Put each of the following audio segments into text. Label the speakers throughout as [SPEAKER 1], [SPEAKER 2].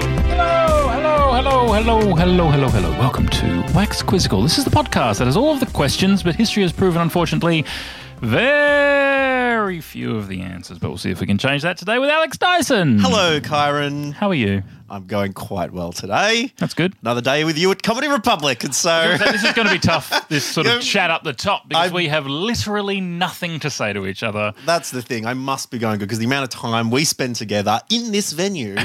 [SPEAKER 1] Hello, hello, hello, hello, hello, hello. Welcome to Wax Quizzical. This is the podcast that has all of the questions, but history has proven, unfortunately, very few of the answers. But we'll see if we can change that today with Alex Dyson.
[SPEAKER 2] Hello, Kyron.
[SPEAKER 1] How are you?
[SPEAKER 2] I'm going quite well today.
[SPEAKER 1] That's good.
[SPEAKER 2] Another day with you at Comedy Republic, and so
[SPEAKER 1] So this is going to be tough, this sort
[SPEAKER 2] Yeah.
[SPEAKER 1] of chat up the top, because
[SPEAKER 2] I-
[SPEAKER 1] we have literally nothing to say to each other.
[SPEAKER 2] that's the thing. I must be going good because the amount of time we spend together in this venue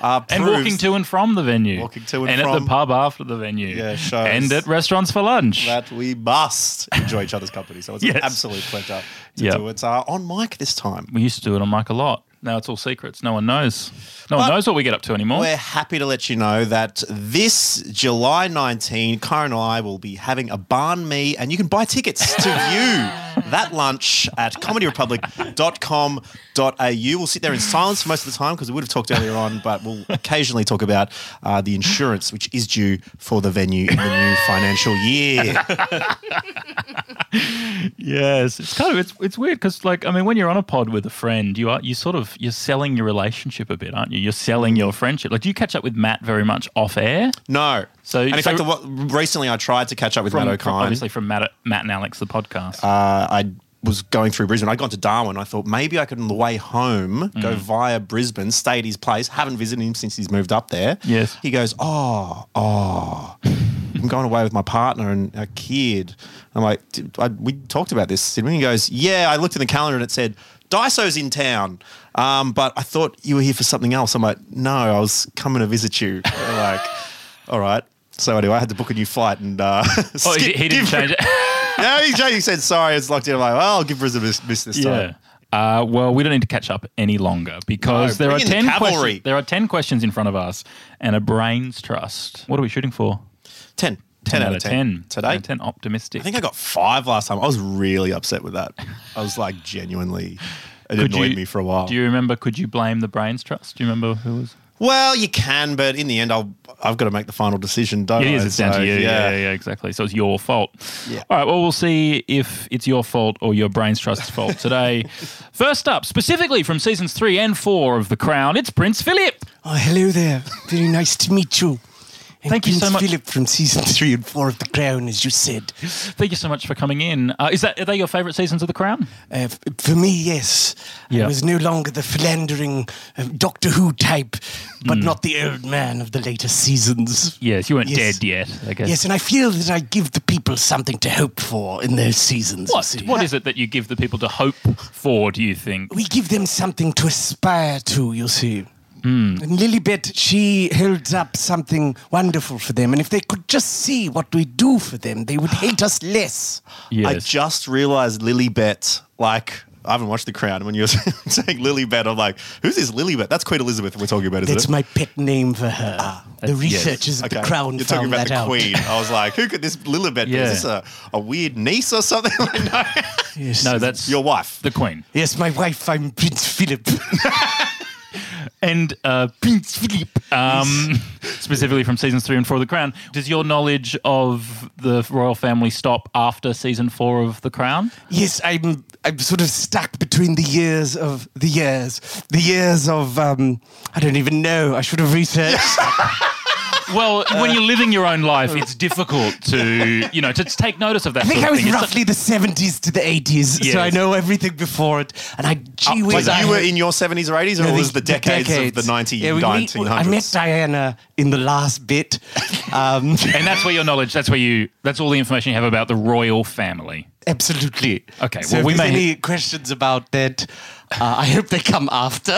[SPEAKER 2] uh,
[SPEAKER 1] And
[SPEAKER 2] proves-
[SPEAKER 1] walking to and from the venue.
[SPEAKER 2] Walking to and
[SPEAKER 1] at the
[SPEAKER 2] from.
[SPEAKER 1] pub after the venue.
[SPEAKER 2] Yeah, shows.
[SPEAKER 1] And at restaurants for lunch.
[SPEAKER 2] that we must enjoy each other's company. So it's
[SPEAKER 1] Yes.
[SPEAKER 2] an absolute pleasure to
[SPEAKER 1] Yeah.
[SPEAKER 2] do it uh, on mic this time.
[SPEAKER 1] we used to do it on mic a lot. Now it's all secrets. No one knows. No one
[SPEAKER 2] But-
[SPEAKER 1] knows what we get up to anymore.
[SPEAKER 2] We're happy to let you know that this July 19, Kyron and I will be having a barn me, and you can buy tickets to view that lunch at comedyrepublic.com.au. We'll sit there in silence for most of the time because we would have talked earlier on, but we'll occasionally talk about uh, the insurance which is due for the venue in the new financial year.
[SPEAKER 1] Yes, it's kind of it's it's weird because like I mean, when you're on a pod with a friend, you are you sort of you're selling your relationship a bit, aren't you? You're selling your friendship. Like, do you catch up with Matt very much off air?
[SPEAKER 2] No.
[SPEAKER 1] So-
[SPEAKER 2] and in
[SPEAKER 1] so-
[SPEAKER 2] fact, what, recently I tried to catch up with
[SPEAKER 1] From,
[SPEAKER 2] Matt O'Kine.
[SPEAKER 1] from- obviously from Matt, Matt and Alex, the podcast.
[SPEAKER 2] uh, I was going through Brisbane. I'd gone to Darwin. I thought maybe I could, on the way home,
[SPEAKER 1] Mm.
[SPEAKER 2] go via Brisbane, stay at his place. Haven't visited him since he's moved up there.
[SPEAKER 1] Yes.
[SPEAKER 2] He goes, Oh, oh, I'm going away with my partner and a kid. I'm like, "Did- I, We talked about this, didn't we? He goes, Yeah. I looked in the calendar and it said, Daiso's in town. Um, but I thought you were here for something else. I'm like, No, I was coming to visit you. They're like, All right. So anyway, I had to book a new flight and uh,
[SPEAKER 1] oh, he, he didn't change it.
[SPEAKER 2] no, he changed. He said, sorry, it's locked in. I'm like, well, I'll give Brisbane a miss, miss this
[SPEAKER 1] yeah.
[SPEAKER 2] time.
[SPEAKER 1] Uh, well, we don't need to catch up any longer because
[SPEAKER 2] No,
[SPEAKER 1] there are
[SPEAKER 2] bring in the
[SPEAKER 1] ten
[SPEAKER 2] cavalry.
[SPEAKER 1] questions. There are ten questions in front of us, and a brains trust. What are we shooting for?
[SPEAKER 2] 10. 10, out of 10. Today.
[SPEAKER 1] Out of ten optimistic.
[SPEAKER 2] I think I got five last time. I was really upset with that. I was like, genuinely, it
[SPEAKER 1] Could
[SPEAKER 2] annoyed
[SPEAKER 1] you-
[SPEAKER 2] me for a while.
[SPEAKER 1] Do you remember? Could you blame the brains trust? Do you remember who was?
[SPEAKER 2] well, you can, but in the end, I'll, I've got to make the final decision, don't
[SPEAKER 1] It
[SPEAKER 2] I?
[SPEAKER 1] is. It's down
[SPEAKER 2] So,
[SPEAKER 1] to you. Yeah. yeah, exactly. So it's your fault.
[SPEAKER 2] Yeah.
[SPEAKER 1] All right. Well, we'll see if it's your fault or your brain's trust's fault today. First up, specifically from seasons three and four of The Crown, it's Prince Philip.
[SPEAKER 3] Oh, hello there. Very nice to meet you. And
[SPEAKER 1] Thank you
[SPEAKER 3] Prince
[SPEAKER 1] so much.
[SPEAKER 3] Philip from season three and four of The Crown, as you said. Uh,
[SPEAKER 1] Thank you so much for coming in. Uh, is that are they your favourite seasons of The Crown?
[SPEAKER 3] Uh, f- for me, yes.
[SPEAKER 1] Yeah.
[SPEAKER 3] I was no longer the philandering uh, Doctor Who type,
[SPEAKER 1] Hmm.
[SPEAKER 3] but not the old man of the later seasons.
[SPEAKER 1] Yes. You weren't
[SPEAKER 3] Yes.
[SPEAKER 1] dead yet. I guess.
[SPEAKER 3] Yes, and I feel that I give the people something to hope for in those seasons. you
[SPEAKER 1] What?
[SPEAKER 3] see.
[SPEAKER 1] What is it that you give the people to hope for? Do you think?
[SPEAKER 3] we give them something to aspire to, you see.
[SPEAKER 2] Hmm.
[SPEAKER 3] And Lilibet, she holds up something wonderful for them. And if they could just see what we do for them, they would hate us less.
[SPEAKER 1] Yes.
[SPEAKER 2] I just realized Lilybet, like, I haven't watched The Crown. When you were saying Lilybet, I'm like, who's this Lilybet? That's Queen Elizabeth we're talking about, isn't
[SPEAKER 3] That's
[SPEAKER 2] it?
[SPEAKER 3] my pet name for her.
[SPEAKER 2] Ah,
[SPEAKER 3] the
[SPEAKER 1] that's- yes.
[SPEAKER 3] researchers at the Crown
[SPEAKER 2] You're talking
[SPEAKER 3] found
[SPEAKER 2] about
[SPEAKER 3] that
[SPEAKER 2] the
[SPEAKER 3] out.
[SPEAKER 2] Queen. I was like, who could this Lilibet be?
[SPEAKER 1] Yeah.
[SPEAKER 2] Is this a, a weird niece or something? Like, no.
[SPEAKER 3] Yes.
[SPEAKER 1] no, that's
[SPEAKER 2] Your wife.
[SPEAKER 1] the Queen.
[SPEAKER 3] yes, my wife. I'm Prince Philip.
[SPEAKER 1] and uh, Prince Philip, um, specifically from seasons three and four of The Crown. Does your knowledge of the royal family stop after season four of The Crown?
[SPEAKER 3] Yes, I'm I'm sort of stuck between the years of the years, the years of um, I don't even know. I should have researched.
[SPEAKER 1] Well, when you're living your own life, it's difficult to you know to take notice of that.
[SPEAKER 3] I think
[SPEAKER 1] sort
[SPEAKER 3] I
[SPEAKER 1] of
[SPEAKER 3] was
[SPEAKER 1] thing. It's-
[SPEAKER 3] roughly the 70s to the 80s,
[SPEAKER 1] Yes.
[SPEAKER 3] so I know everything before it. And I gee whiz,
[SPEAKER 2] Like
[SPEAKER 3] I
[SPEAKER 2] Uh, you were
[SPEAKER 3] had-
[SPEAKER 2] in your 70s or 80s, or
[SPEAKER 3] uh, No,
[SPEAKER 2] was the, decades, of the 90,
[SPEAKER 3] Yeah, we meet-
[SPEAKER 2] 1900s?
[SPEAKER 3] I met Diana in the last bit. Um,
[SPEAKER 1] and that's where your knowledge. That's where you. That's all the information you have about the royal family.
[SPEAKER 3] absolutely.
[SPEAKER 1] Okay,
[SPEAKER 3] So
[SPEAKER 1] well,
[SPEAKER 3] if
[SPEAKER 1] we
[SPEAKER 3] there's
[SPEAKER 1] may-
[SPEAKER 3] any questions about that, uh, I hope they come after.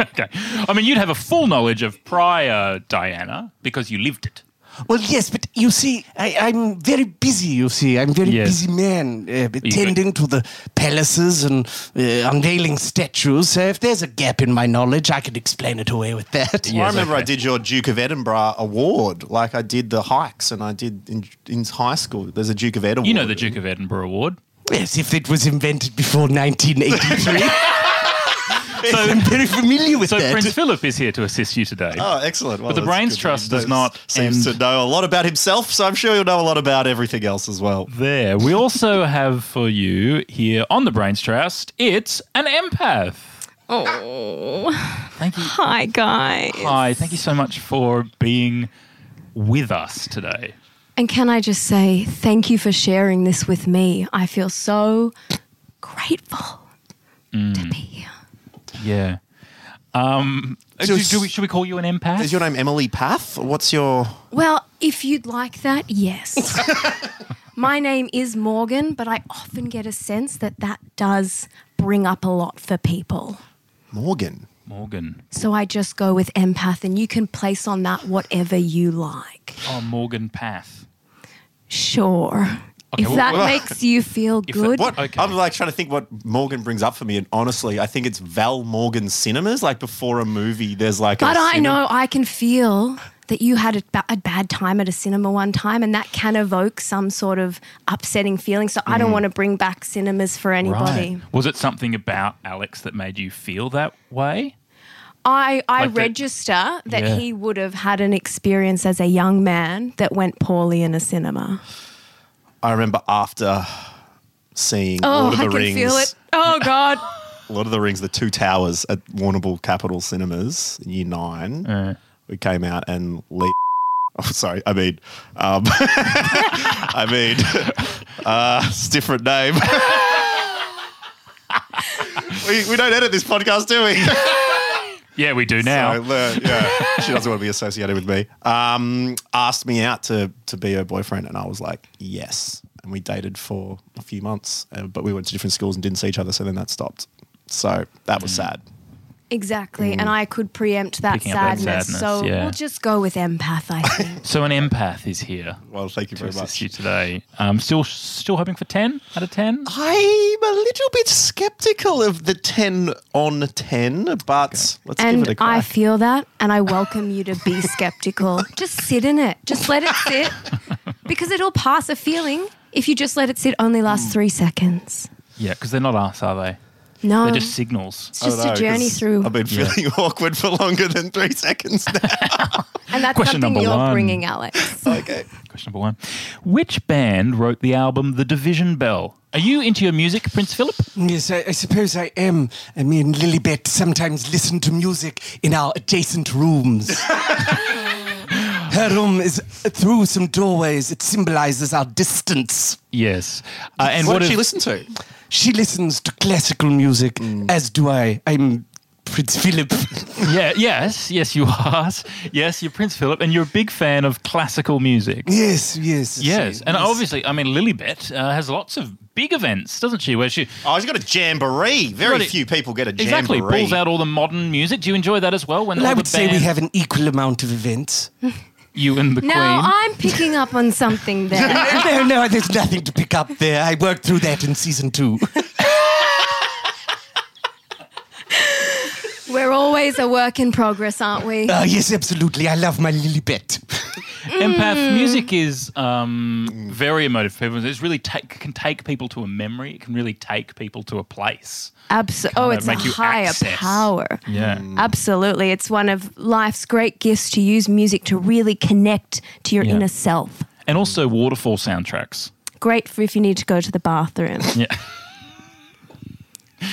[SPEAKER 1] Okay, I mean you'd have a full knowledge of prior Diana because you lived it.
[SPEAKER 3] Well, yes, but you see, I, I'm very busy. You see, I'm very
[SPEAKER 1] Yes.
[SPEAKER 3] busy man, uh, attending to the palaces and uh, unveiling statues. So if there's a gap in my knowledge, I could explain it away with that.
[SPEAKER 2] Well, I
[SPEAKER 1] Yes,
[SPEAKER 2] remember I
[SPEAKER 1] okay.
[SPEAKER 2] did your Duke of Edinburgh award. Like I did the hikes, and I did in, in high school. There's a Duke of Edinburgh.
[SPEAKER 1] You know
[SPEAKER 3] Oh.
[SPEAKER 1] the Duke of Edinburgh Award.
[SPEAKER 3] Yes, if it was invented before 1983. I'm very familiar with
[SPEAKER 1] So
[SPEAKER 3] that.
[SPEAKER 1] Prince Philip is here to assist you today.
[SPEAKER 2] Oh, excellent! Well,
[SPEAKER 1] But the
[SPEAKER 2] that's
[SPEAKER 1] Brains
[SPEAKER 2] good.
[SPEAKER 1] Trust
[SPEAKER 2] He
[SPEAKER 1] does
[SPEAKER 2] knows-
[SPEAKER 1] not
[SPEAKER 2] seems
[SPEAKER 1] end-
[SPEAKER 2] to know a lot about himself, so I'm sure you'll know a lot about everything else as well.
[SPEAKER 1] There. We also have for you here on the Brains Trust. It's an empath.
[SPEAKER 4] Oh,
[SPEAKER 1] Thank you.
[SPEAKER 4] hi guys.
[SPEAKER 1] Hi. Thank you so much for being with us today.
[SPEAKER 4] And can I just say thank you for sharing this with me? I feel so grateful to be here.
[SPEAKER 1] Yeah. Um,
[SPEAKER 2] So
[SPEAKER 1] do,
[SPEAKER 2] it's-
[SPEAKER 1] do we, should we call you an empath?
[SPEAKER 2] Is your name Emily Path? What's your?
[SPEAKER 4] Well, if you'd like that, yes. My name is Morgan, but I often get a sense that that does bring up a lot for people.
[SPEAKER 2] Morgan.
[SPEAKER 1] Morgan.
[SPEAKER 4] So I just go with empath, and you can place on that whatever you like.
[SPEAKER 1] Oh, Morgan Path.
[SPEAKER 4] Sure. if
[SPEAKER 1] well,
[SPEAKER 4] that
[SPEAKER 1] well,
[SPEAKER 4] makes you feel
[SPEAKER 1] that-
[SPEAKER 4] good,
[SPEAKER 2] What
[SPEAKER 1] Okay.
[SPEAKER 2] I'm like trying to think what Morgan brings up for me, and honestly, I think it's Val Morgan Cinemas. Like before a movie, there's like.
[SPEAKER 4] But
[SPEAKER 2] a
[SPEAKER 4] I
[SPEAKER 2] cine-
[SPEAKER 4] know I can feel that you had a, ba- a bad time at a cinema one time, and that can evoke some sort of upsetting feeling. So I
[SPEAKER 1] Mm.
[SPEAKER 4] don't want to bring back cinemas for anybody.
[SPEAKER 1] Was it something about Alex that made you feel that way?
[SPEAKER 4] I, I
[SPEAKER 1] Like that-
[SPEAKER 4] register that,
[SPEAKER 1] Yeah.
[SPEAKER 4] he would have had an experience as a young man that went poorly in a cinema.
[SPEAKER 2] I remember after seeing
[SPEAKER 4] Oh,
[SPEAKER 2] Lord of
[SPEAKER 4] I
[SPEAKER 2] the
[SPEAKER 4] can
[SPEAKER 2] Rings.
[SPEAKER 4] feel it. Oh, God.
[SPEAKER 2] Lord of the Rings, the two towers at Warrnambool Capital Cinemas, year nine. We came out and Lee. Oh, sorry. I mean, um, I mean, uh, it's a different name. we, we don't edit this podcast, do we?
[SPEAKER 1] Yeah, we do now.
[SPEAKER 2] So, uh, yeah, she doesn't want to be associated with me. Um, asked me out to to be her boyfriend, and I was like, yes. And we dated for a few months, uh, but we went to different schools and didn't see each other. So then that stopped. So that was sad.
[SPEAKER 4] Exactly. And I could preempt that
[SPEAKER 1] Mm. Picking up that
[SPEAKER 4] sadness.
[SPEAKER 1] sadness,
[SPEAKER 4] So
[SPEAKER 1] yeah.
[SPEAKER 4] we'll just go with empath, I think.
[SPEAKER 1] So an empath is here
[SPEAKER 2] Well, thank you
[SPEAKER 1] to
[SPEAKER 2] very
[SPEAKER 1] assist
[SPEAKER 2] much.
[SPEAKER 1] you today. Um, still, still hoping for ten out of ten.
[SPEAKER 2] I'm a little bit skeptical of the 10 on 10, but let's give
[SPEAKER 4] And
[SPEAKER 2] it a crack.
[SPEAKER 4] I feel that, and I welcome you to be skeptical. just sit in it. Just let it sit, because it'll pass. A feeling, if you just let it sit, only lasts three seconds.
[SPEAKER 1] Yeah, because they're not us, are they?
[SPEAKER 4] No,
[SPEAKER 1] They're just signals.
[SPEAKER 4] it's just a journey through,
[SPEAKER 2] I've been feeling awkward for longer than three seconds now.
[SPEAKER 4] and that's
[SPEAKER 1] Question
[SPEAKER 4] something
[SPEAKER 1] number
[SPEAKER 4] you're
[SPEAKER 1] one. Uh,
[SPEAKER 4] bringing, Alex.
[SPEAKER 2] okay.
[SPEAKER 1] Question number one: Which band wrote the album "The Division Bell"? Are you into your music, Prince Philip?
[SPEAKER 3] Yes, I, I suppose I am. I mean, Lilibet sometimes listen to music in our adjacent rooms. Her room is through some doorways. It symbolizes our distance.
[SPEAKER 1] Yes. Uh, and
[SPEAKER 2] what,
[SPEAKER 1] what,
[SPEAKER 2] did
[SPEAKER 1] if-
[SPEAKER 2] she listen to?
[SPEAKER 3] She listens to classical music, as do I. I'm Prince Philip.
[SPEAKER 1] Yeah. Yes. Yes, you are. Yes, you're Prince Philip, and you're a big fan of classical music.
[SPEAKER 3] yes, yes.
[SPEAKER 1] Yes, and obviously, I mean, Lilybet uh, has lots of big events, doesn't she? Where she
[SPEAKER 2] Oh, she's got a jamboree. Very
[SPEAKER 1] Right, it-
[SPEAKER 2] few people get a jamboree.
[SPEAKER 1] exactly pulls out all the modern music. Do you enjoy that as well? When
[SPEAKER 3] Well,
[SPEAKER 1] all
[SPEAKER 3] I would
[SPEAKER 1] the
[SPEAKER 3] say we
[SPEAKER 1] band-
[SPEAKER 3] have an equal amount of events.
[SPEAKER 1] you and the
[SPEAKER 4] now
[SPEAKER 1] Queen.
[SPEAKER 4] I'm picking up on something there.
[SPEAKER 3] no, no, there's nothing to pick up there. I worked through that in season two.
[SPEAKER 4] We're always a work in progress, aren't we?
[SPEAKER 3] Uh, yes, absolutely. I love my Lilibet.
[SPEAKER 4] Mm.
[SPEAKER 1] Empath music is um, very emotive for people. It's really take, can take people to a memory. It can really take people to a place.
[SPEAKER 4] Absolutely. Oh,
[SPEAKER 1] Kinda
[SPEAKER 4] it's a
[SPEAKER 1] make you
[SPEAKER 4] higher
[SPEAKER 1] access.
[SPEAKER 4] power.
[SPEAKER 1] Yeah.
[SPEAKER 4] Absolutely. It's one of life's great gifts to use music to really connect to your
[SPEAKER 1] Yeah.
[SPEAKER 4] inner self.
[SPEAKER 1] And also waterfall soundtracks.
[SPEAKER 4] Great for if you need to go to the bathroom.
[SPEAKER 1] Yeah.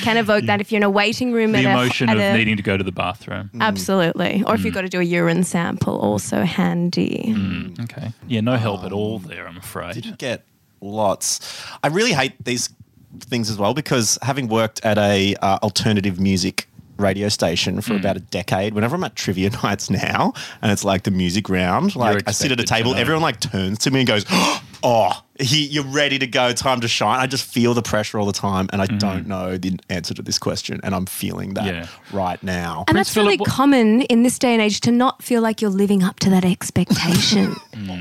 [SPEAKER 4] Can evoke that if you're in a waiting room
[SPEAKER 1] the
[SPEAKER 4] at
[SPEAKER 1] emotion
[SPEAKER 4] a, at
[SPEAKER 1] of
[SPEAKER 4] a,
[SPEAKER 1] needing Mm. to go to the bathroom.
[SPEAKER 4] Absolutely. Or if you've got to do a urine sample, also handy.
[SPEAKER 1] Mm.
[SPEAKER 2] Mm.
[SPEAKER 1] Okay. Yeah, no help at all there, I'm afraid.
[SPEAKER 2] didn't get lots. I really hate these things as well because having worked at a uh, alternative music radio station
[SPEAKER 1] Hmm.
[SPEAKER 2] for about a decade, whenever I'm at trivia nights now and it's like the music round, like I sit
[SPEAKER 1] expected
[SPEAKER 2] at a
[SPEAKER 1] to
[SPEAKER 2] table,
[SPEAKER 1] know.
[SPEAKER 2] everyone like turns to me and goes, "Oh, he, you're ready to go, time to shine." I just feel the pressure all the time, and I don't know the answer to this question, and I'm feeling that
[SPEAKER 1] Hmm. Yeah.
[SPEAKER 2] right now.
[SPEAKER 4] And
[SPEAKER 1] Prince
[SPEAKER 4] that's
[SPEAKER 1] Philip
[SPEAKER 4] really
[SPEAKER 1] wa-
[SPEAKER 4] common in this day and age to not feel like you're living up to that expectation.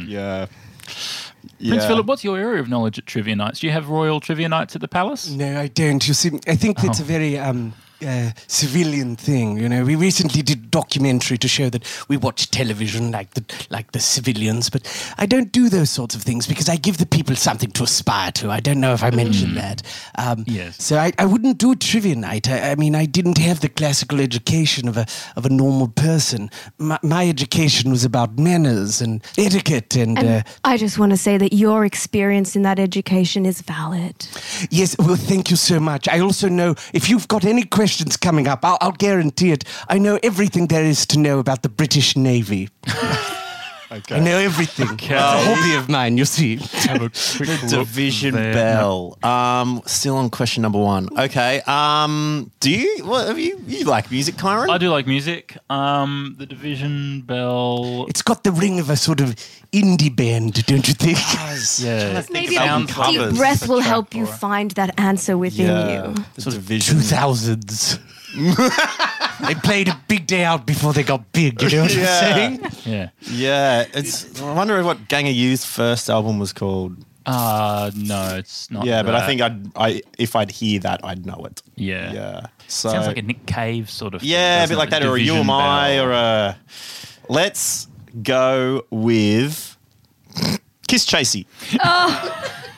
[SPEAKER 2] yeah.
[SPEAKER 1] Prince
[SPEAKER 2] Yeah.
[SPEAKER 1] Philip, what's your area of knowledge at trivia nights? Do you have royal trivia nights at the palace?
[SPEAKER 3] No, I don't. You see, I think that's a very um, uh, civilian thing. You know, we recently did a documentary to show that we watch television like the like the civilians, but I don't do those sorts of things because I give the people something to aspire to. I don't know if I mentioned that. Um,
[SPEAKER 1] Yes.
[SPEAKER 3] So I, I wouldn't do a trivia night. I, I mean, I didn't have the classical education of a of a normal person. My, my education was about manners and etiquette and.
[SPEAKER 4] and
[SPEAKER 3] uh,
[SPEAKER 4] I just want to say that your experience in that education is valid.
[SPEAKER 3] Yes, well, thank you so much. I also know if you've got any questions coming up, I'll, I'll guarantee it. I know everything there is to know about the British Navy. I know everything. It's a hobby of mine, you see.
[SPEAKER 2] The division bell. Um, still on question number one. Okay. Um, do you? What have you? You like music, Kyron?
[SPEAKER 1] I do like music. Um, the division bell.
[SPEAKER 3] It's got the ring of a sort of indie band, don't you think?
[SPEAKER 1] Yeah.
[SPEAKER 4] Maybe
[SPEAKER 2] about
[SPEAKER 4] a
[SPEAKER 2] album
[SPEAKER 4] deep
[SPEAKER 2] covers.
[SPEAKER 4] breath will
[SPEAKER 1] Track
[SPEAKER 4] help you
[SPEAKER 1] or a-
[SPEAKER 4] find that answer within
[SPEAKER 2] Yeah.
[SPEAKER 4] you.
[SPEAKER 2] The division.
[SPEAKER 3] 2000s. they played a big day out before they got big, you know what
[SPEAKER 2] Yeah.
[SPEAKER 3] I'm saying?
[SPEAKER 1] Yeah.
[SPEAKER 2] Yeah. It's. I wonder what Gang of Youth's first album was called.
[SPEAKER 1] Uh, no, it's not.
[SPEAKER 2] Yeah, but I
[SPEAKER 1] that.
[SPEAKER 2] think I'd. I if I'd hear that, I'd know it.
[SPEAKER 1] Yeah.
[SPEAKER 2] Yeah. So.
[SPEAKER 1] Sounds like a Nick Cave sort of.
[SPEAKER 2] yeah, a
[SPEAKER 1] thing,
[SPEAKER 2] bit like
[SPEAKER 1] doesn't
[SPEAKER 2] that,
[SPEAKER 1] it?
[SPEAKER 2] or a You
[SPEAKER 1] Division
[SPEAKER 2] Am I,
[SPEAKER 1] bell.
[SPEAKER 2] or a. Let's go with. Kiss Chasey.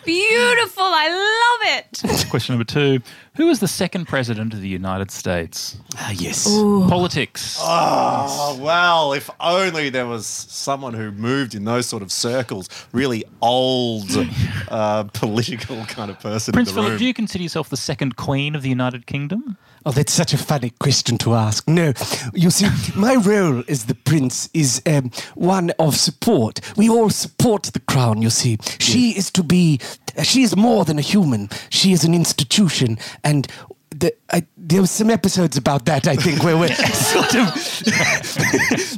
[SPEAKER 4] Beautiful. I love it.
[SPEAKER 1] Question number two: Who was the second president of the United States?
[SPEAKER 3] Ah, yes.
[SPEAKER 1] Politics.
[SPEAKER 2] Oh, well, if only there was someone who moved in those sort of circles, really old uh, political kind of person
[SPEAKER 1] Prince
[SPEAKER 2] in the
[SPEAKER 1] Philip,
[SPEAKER 2] room.
[SPEAKER 1] do you consider yourself the second queen of the United Kingdom?
[SPEAKER 3] Oh, that's such a funny question to ask. No, you see, my role as the prince is um, one of support. We all support the crown, you see. She is to be, she is more than a human, she is an institution. And the, I, there were some episodes about that, I think, where we're sort of.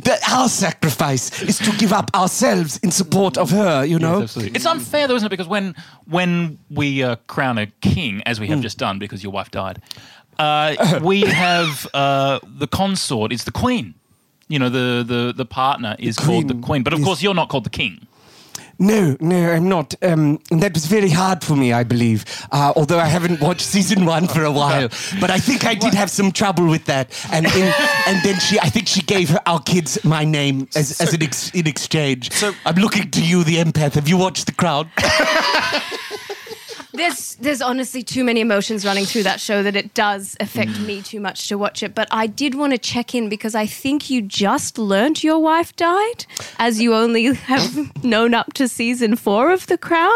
[SPEAKER 3] that our sacrifice is to give up ourselves in support of her, you know?
[SPEAKER 1] It's unfair, though, isn't it? Because when when we uh, crown a king, as we
[SPEAKER 2] Hmm.
[SPEAKER 1] have just done, because your wife died, uh, we have uh, the consort is the queen. You know, the the the partner is called the
[SPEAKER 3] queen,
[SPEAKER 1] queen, but of
[SPEAKER 3] yes.
[SPEAKER 1] course you're not called the king.
[SPEAKER 3] No, no, I'm not. Um, and that was very hard for me, I believe. Uh, although I haven't watched season one for a while, but I think I did have some trouble with that. And in, and then she, I think she gave her, our kids my name as, as an ex, in exchange. So I'm looking to you, the empath. Have you watched The Crown?
[SPEAKER 4] There's there's honestly too many emotions running through that show that it does affect me too much to watch it. But I did want to check in because I think you just learnt your wife died, as you only have known up to season four of The Crown.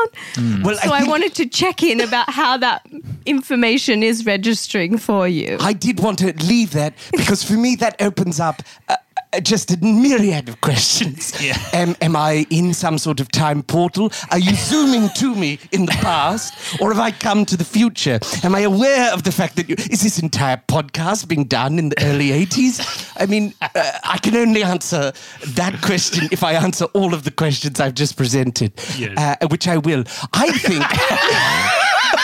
[SPEAKER 3] Well,
[SPEAKER 4] So I,
[SPEAKER 3] think-
[SPEAKER 4] wanted to check in about how that information is registering for you.
[SPEAKER 3] I did want to leave that because for me that opens up uh, uh, just a myriad of questions.
[SPEAKER 1] Yeah.
[SPEAKER 3] Am, am I in some sort of time portal? Are you zooming to me in the past, or have I come to the future? Am I aware of the fact that you, is this entire podcast being done in the early eighties? I mean, uh, I can only answer that question if I answer all of the questions I've just presented,
[SPEAKER 1] Yes.
[SPEAKER 3] uh, which I will. I think.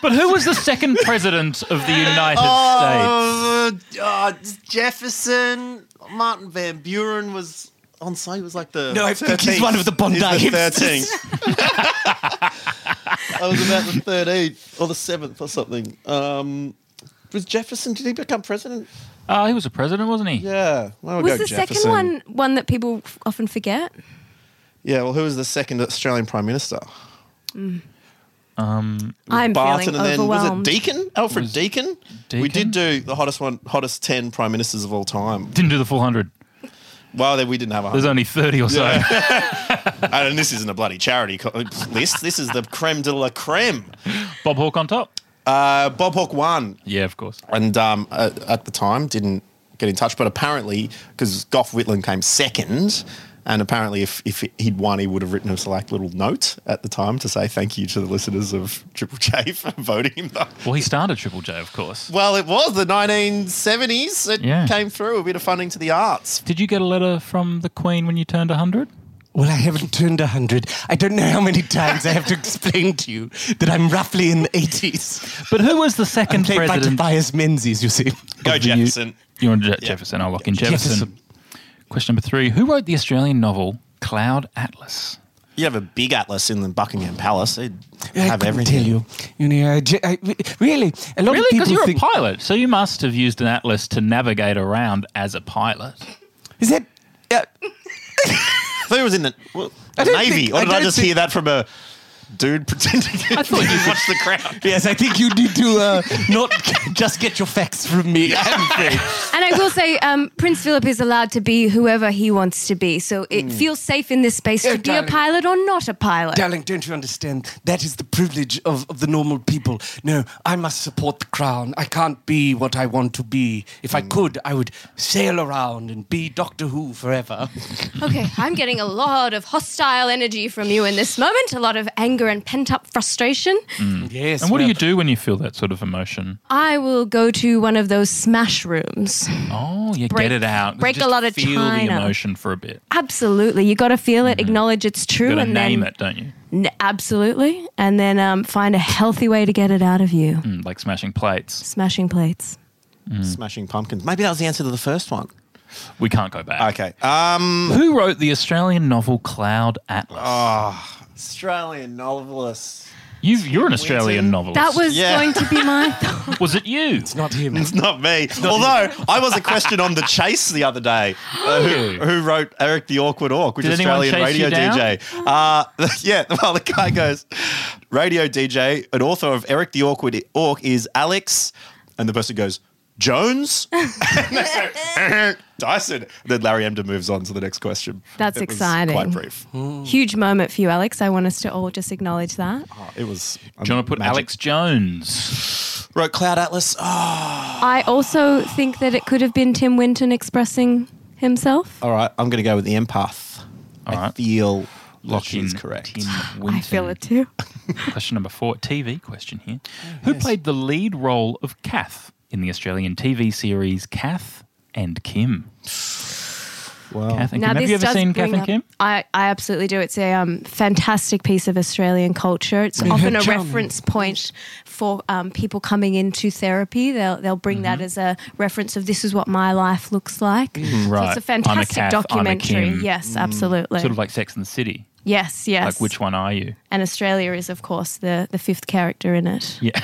[SPEAKER 1] But who was the second president of the United States?
[SPEAKER 2] Oh, uh, Jefferson, Martin Van Buren was on site. He was like the
[SPEAKER 3] No, I think he's one of the Bondi
[SPEAKER 2] He's the
[SPEAKER 3] hipsters.
[SPEAKER 2] 13th. I was about the thirteenth or the seventh or something. Um, was Jefferson? Did he become president?
[SPEAKER 1] Uh, he was a president, wasn't he?
[SPEAKER 2] Yeah. Why don't we
[SPEAKER 4] Was
[SPEAKER 2] go
[SPEAKER 4] the second
[SPEAKER 2] Jefferson?
[SPEAKER 4] one one that people f- often forget?
[SPEAKER 2] Yeah, well, who was the second Australian Prime Minister?
[SPEAKER 4] I'm
[SPEAKER 2] Barton,
[SPEAKER 4] feeling
[SPEAKER 2] and then was it
[SPEAKER 4] overwhelmed.
[SPEAKER 2] Deacon? Alfred Deacon? We
[SPEAKER 1] Deakin?
[SPEAKER 2] did do the hottest one, hottest ten prime ministers of all time.
[SPEAKER 1] Didn't do the full hundred.
[SPEAKER 2] Well, then we didn't have a
[SPEAKER 1] There's
[SPEAKER 2] hundred.
[SPEAKER 1] only thirty or so.
[SPEAKER 2] and this isn't a bloody charity co- list. This is the creme de la creme.
[SPEAKER 1] Bob Hawke on top.
[SPEAKER 2] Uh, Bob Hawke won,
[SPEAKER 1] Yeah, of course.
[SPEAKER 2] and um, uh, at the time didn't get in touch. But apparently, because Gough Whitlam came second, and apparently, if, if he'd won, he would have written us a like little note at the time to say thank you to the listeners of Triple J for voting him. the-
[SPEAKER 1] Well, he started Triple J, of course.
[SPEAKER 2] Well, it was the 1970s. It
[SPEAKER 1] Yeah.
[SPEAKER 2] came through a bit of funding to the arts.
[SPEAKER 1] Did you get a letter from the Queen when you turned hundred?
[SPEAKER 3] Well, I haven't turned 100. I don't know how many times I have to explain to you that I'm roughly in the 80s.
[SPEAKER 1] But who was the second
[SPEAKER 3] I'm played by
[SPEAKER 1] president?
[SPEAKER 3] Tobias Menzies, you see.
[SPEAKER 2] Go
[SPEAKER 1] of the U-
[SPEAKER 2] Jefferson.
[SPEAKER 1] You're on Je- Jefferson. I'll lock in Jefferson.
[SPEAKER 3] Jefferson.
[SPEAKER 1] Question number three: Who wrote the Australian novel Cloud Atlas?
[SPEAKER 2] You have a big atlas in the Buckingham Palace. They
[SPEAKER 3] I
[SPEAKER 2] have
[SPEAKER 3] couldn't
[SPEAKER 2] everything.
[SPEAKER 3] tell you. You know, I, ge- I- really, a lot
[SPEAKER 1] Really?
[SPEAKER 3] of
[SPEAKER 1] Because
[SPEAKER 3] people
[SPEAKER 1] you're
[SPEAKER 3] think
[SPEAKER 1] a pilot, so you must have used an atlas to navigate around as a pilot.
[SPEAKER 3] is that. Yeah,
[SPEAKER 2] I thought it was in the, well,
[SPEAKER 3] I
[SPEAKER 2] the
[SPEAKER 3] don't
[SPEAKER 2] Navy.
[SPEAKER 3] think-
[SPEAKER 2] or
[SPEAKER 3] I
[SPEAKER 2] did I,
[SPEAKER 3] don't
[SPEAKER 2] just
[SPEAKER 3] think-
[SPEAKER 2] hear that from a dude pretending I thought you watched the crowd?
[SPEAKER 3] yes, I think you need to uh, not just get your facts from me. I'm afraid.
[SPEAKER 4] And I will say, um, Prince Philip is allowed to be whoever he wants to be. So it
[SPEAKER 1] Mm.
[SPEAKER 4] feels safe in this space
[SPEAKER 3] Yeah,
[SPEAKER 4] to be
[SPEAKER 3] darling.
[SPEAKER 4] a pilot or not a pilot.
[SPEAKER 3] Darling, don't you understand? That is the privilege of, of the normal people. No, I must support the crown. I can't be what I want to be. If
[SPEAKER 1] Mm.
[SPEAKER 3] I could, I would sail around and be Doctor Who forever.
[SPEAKER 4] Okay, I'm getting a lot of hostile energy from you in this moment, a lot of anger and pent up frustration.
[SPEAKER 1] Mm.
[SPEAKER 3] yes.
[SPEAKER 1] And what do
[SPEAKER 3] well,
[SPEAKER 1] you do when you feel that sort of emotion?
[SPEAKER 4] I will go to one of those smash rooms.
[SPEAKER 1] Oh, yeah,
[SPEAKER 4] Break-
[SPEAKER 1] get it out.
[SPEAKER 4] break a
[SPEAKER 1] Just
[SPEAKER 4] lot of
[SPEAKER 1] feel the
[SPEAKER 4] china.
[SPEAKER 1] emotion for a bit.
[SPEAKER 4] Absolutely. You got to feel it, acknowledge it's
[SPEAKER 1] You
[SPEAKER 4] true,
[SPEAKER 1] Mm. gotta
[SPEAKER 4] and
[SPEAKER 1] name
[SPEAKER 4] then
[SPEAKER 1] it, don't you?
[SPEAKER 4] N- absolutely. And then um, find a healthy way to get it out of you.
[SPEAKER 1] Mm, like smashing plates.
[SPEAKER 4] Smashing plates.
[SPEAKER 2] Smashing pumpkins. Maybe that was the answer to the first one.
[SPEAKER 1] We can't go back.
[SPEAKER 2] Okay. Um,
[SPEAKER 1] Who wrote the Australian novel Cloud Atlas?
[SPEAKER 4] Uh,
[SPEAKER 2] Australian novelist.
[SPEAKER 1] you you're an Australian
[SPEAKER 2] Winton.
[SPEAKER 1] novelist.
[SPEAKER 4] That was
[SPEAKER 2] Yeah.
[SPEAKER 4] going to be my
[SPEAKER 1] was it you?
[SPEAKER 3] It's not him.
[SPEAKER 2] It's not me. Although I was a question on the chase the other day. Uh, who,
[SPEAKER 1] Oh.
[SPEAKER 2] who wrote Eric the Awkward Orc, which
[SPEAKER 1] Did
[SPEAKER 2] is
[SPEAKER 1] anyone
[SPEAKER 2] Australian
[SPEAKER 1] chase
[SPEAKER 2] radio
[SPEAKER 1] you down?
[SPEAKER 2] DJ? Uh, yeah. Well, the guy goes, radio DJ, an author of Eric the Awkward Orc is Alex, and the person goes. Jones, "Eh, Dyson. Then Larry Emder moves on to the next question.
[SPEAKER 4] That's
[SPEAKER 2] It was
[SPEAKER 4] exciting.
[SPEAKER 2] Quite brief. Oh,
[SPEAKER 4] huge moment for you, Alex. I want us to all just acknowledge that.
[SPEAKER 2] It was.
[SPEAKER 1] Do you want to put
[SPEAKER 2] magic.
[SPEAKER 1] Alex Jones?
[SPEAKER 2] wrote Cloud Atlas? Oh,
[SPEAKER 4] I also think that it could have been Tim Winton expressing himself.
[SPEAKER 2] all right. I'm going to go with the empath.
[SPEAKER 1] All
[SPEAKER 2] I
[SPEAKER 1] right.
[SPEAKER 2] feel that
[SPEAKER 1] Lock in
[SPEAKER 2] she's correct.
[SPEAKER 1] Tim
[SPEAKER 4] I
[SPEAKER 1] Winton.
[SPEAKER 4] feel it too. Oh,
[SPEAKER 1] Question number four, TV question here. Who played the lead role of Kath in the Australian TV series Kath and Kim?
[SPEAKER 2] Wow.
[SPEAKER 1] Kath and Kim. Have you ever seen Kath
[SPEAKER 4] bring
[SPEAKER 1] and
[SPEAKER 4] up-
[SPEAKER 1] Kim?
[SPEAKER 4] I, I absolutely do. It's a um, fantastic piece of Australian culture. It's often a
[SPEAKER 3] charm.
[SPEAKER 4] reference point for um, people coming into therapy. They'll, they'll bring
[SPEAKER 1] Mm-hmm.
[SPEAKER 4] that as a reference of this is what my life looks like. So
[SPEAKER 1] Mm, Right.
[SPEAKER 4] it's
[SPEAKER 1] I'm
[SPEAKER 4] a
[SPEAKER 1] a
[SPEAKER 4] fantastic
[SPEAKER 1] Kath, I'm a
[SPEAKER 4] documentary.
[SPEAKER 1] Kim.
[SPEAKER 4] Yes, absolutely.
[SPEAKER 1] Sort of like Sex and the City.
[SPEAKER 4] yes, yes.
[SPEAKER 1] Like which one are you?
[SPEAKER 4] And Australia is, of course, the, the fifth character in it.
[SPEAKER 1] Yeah.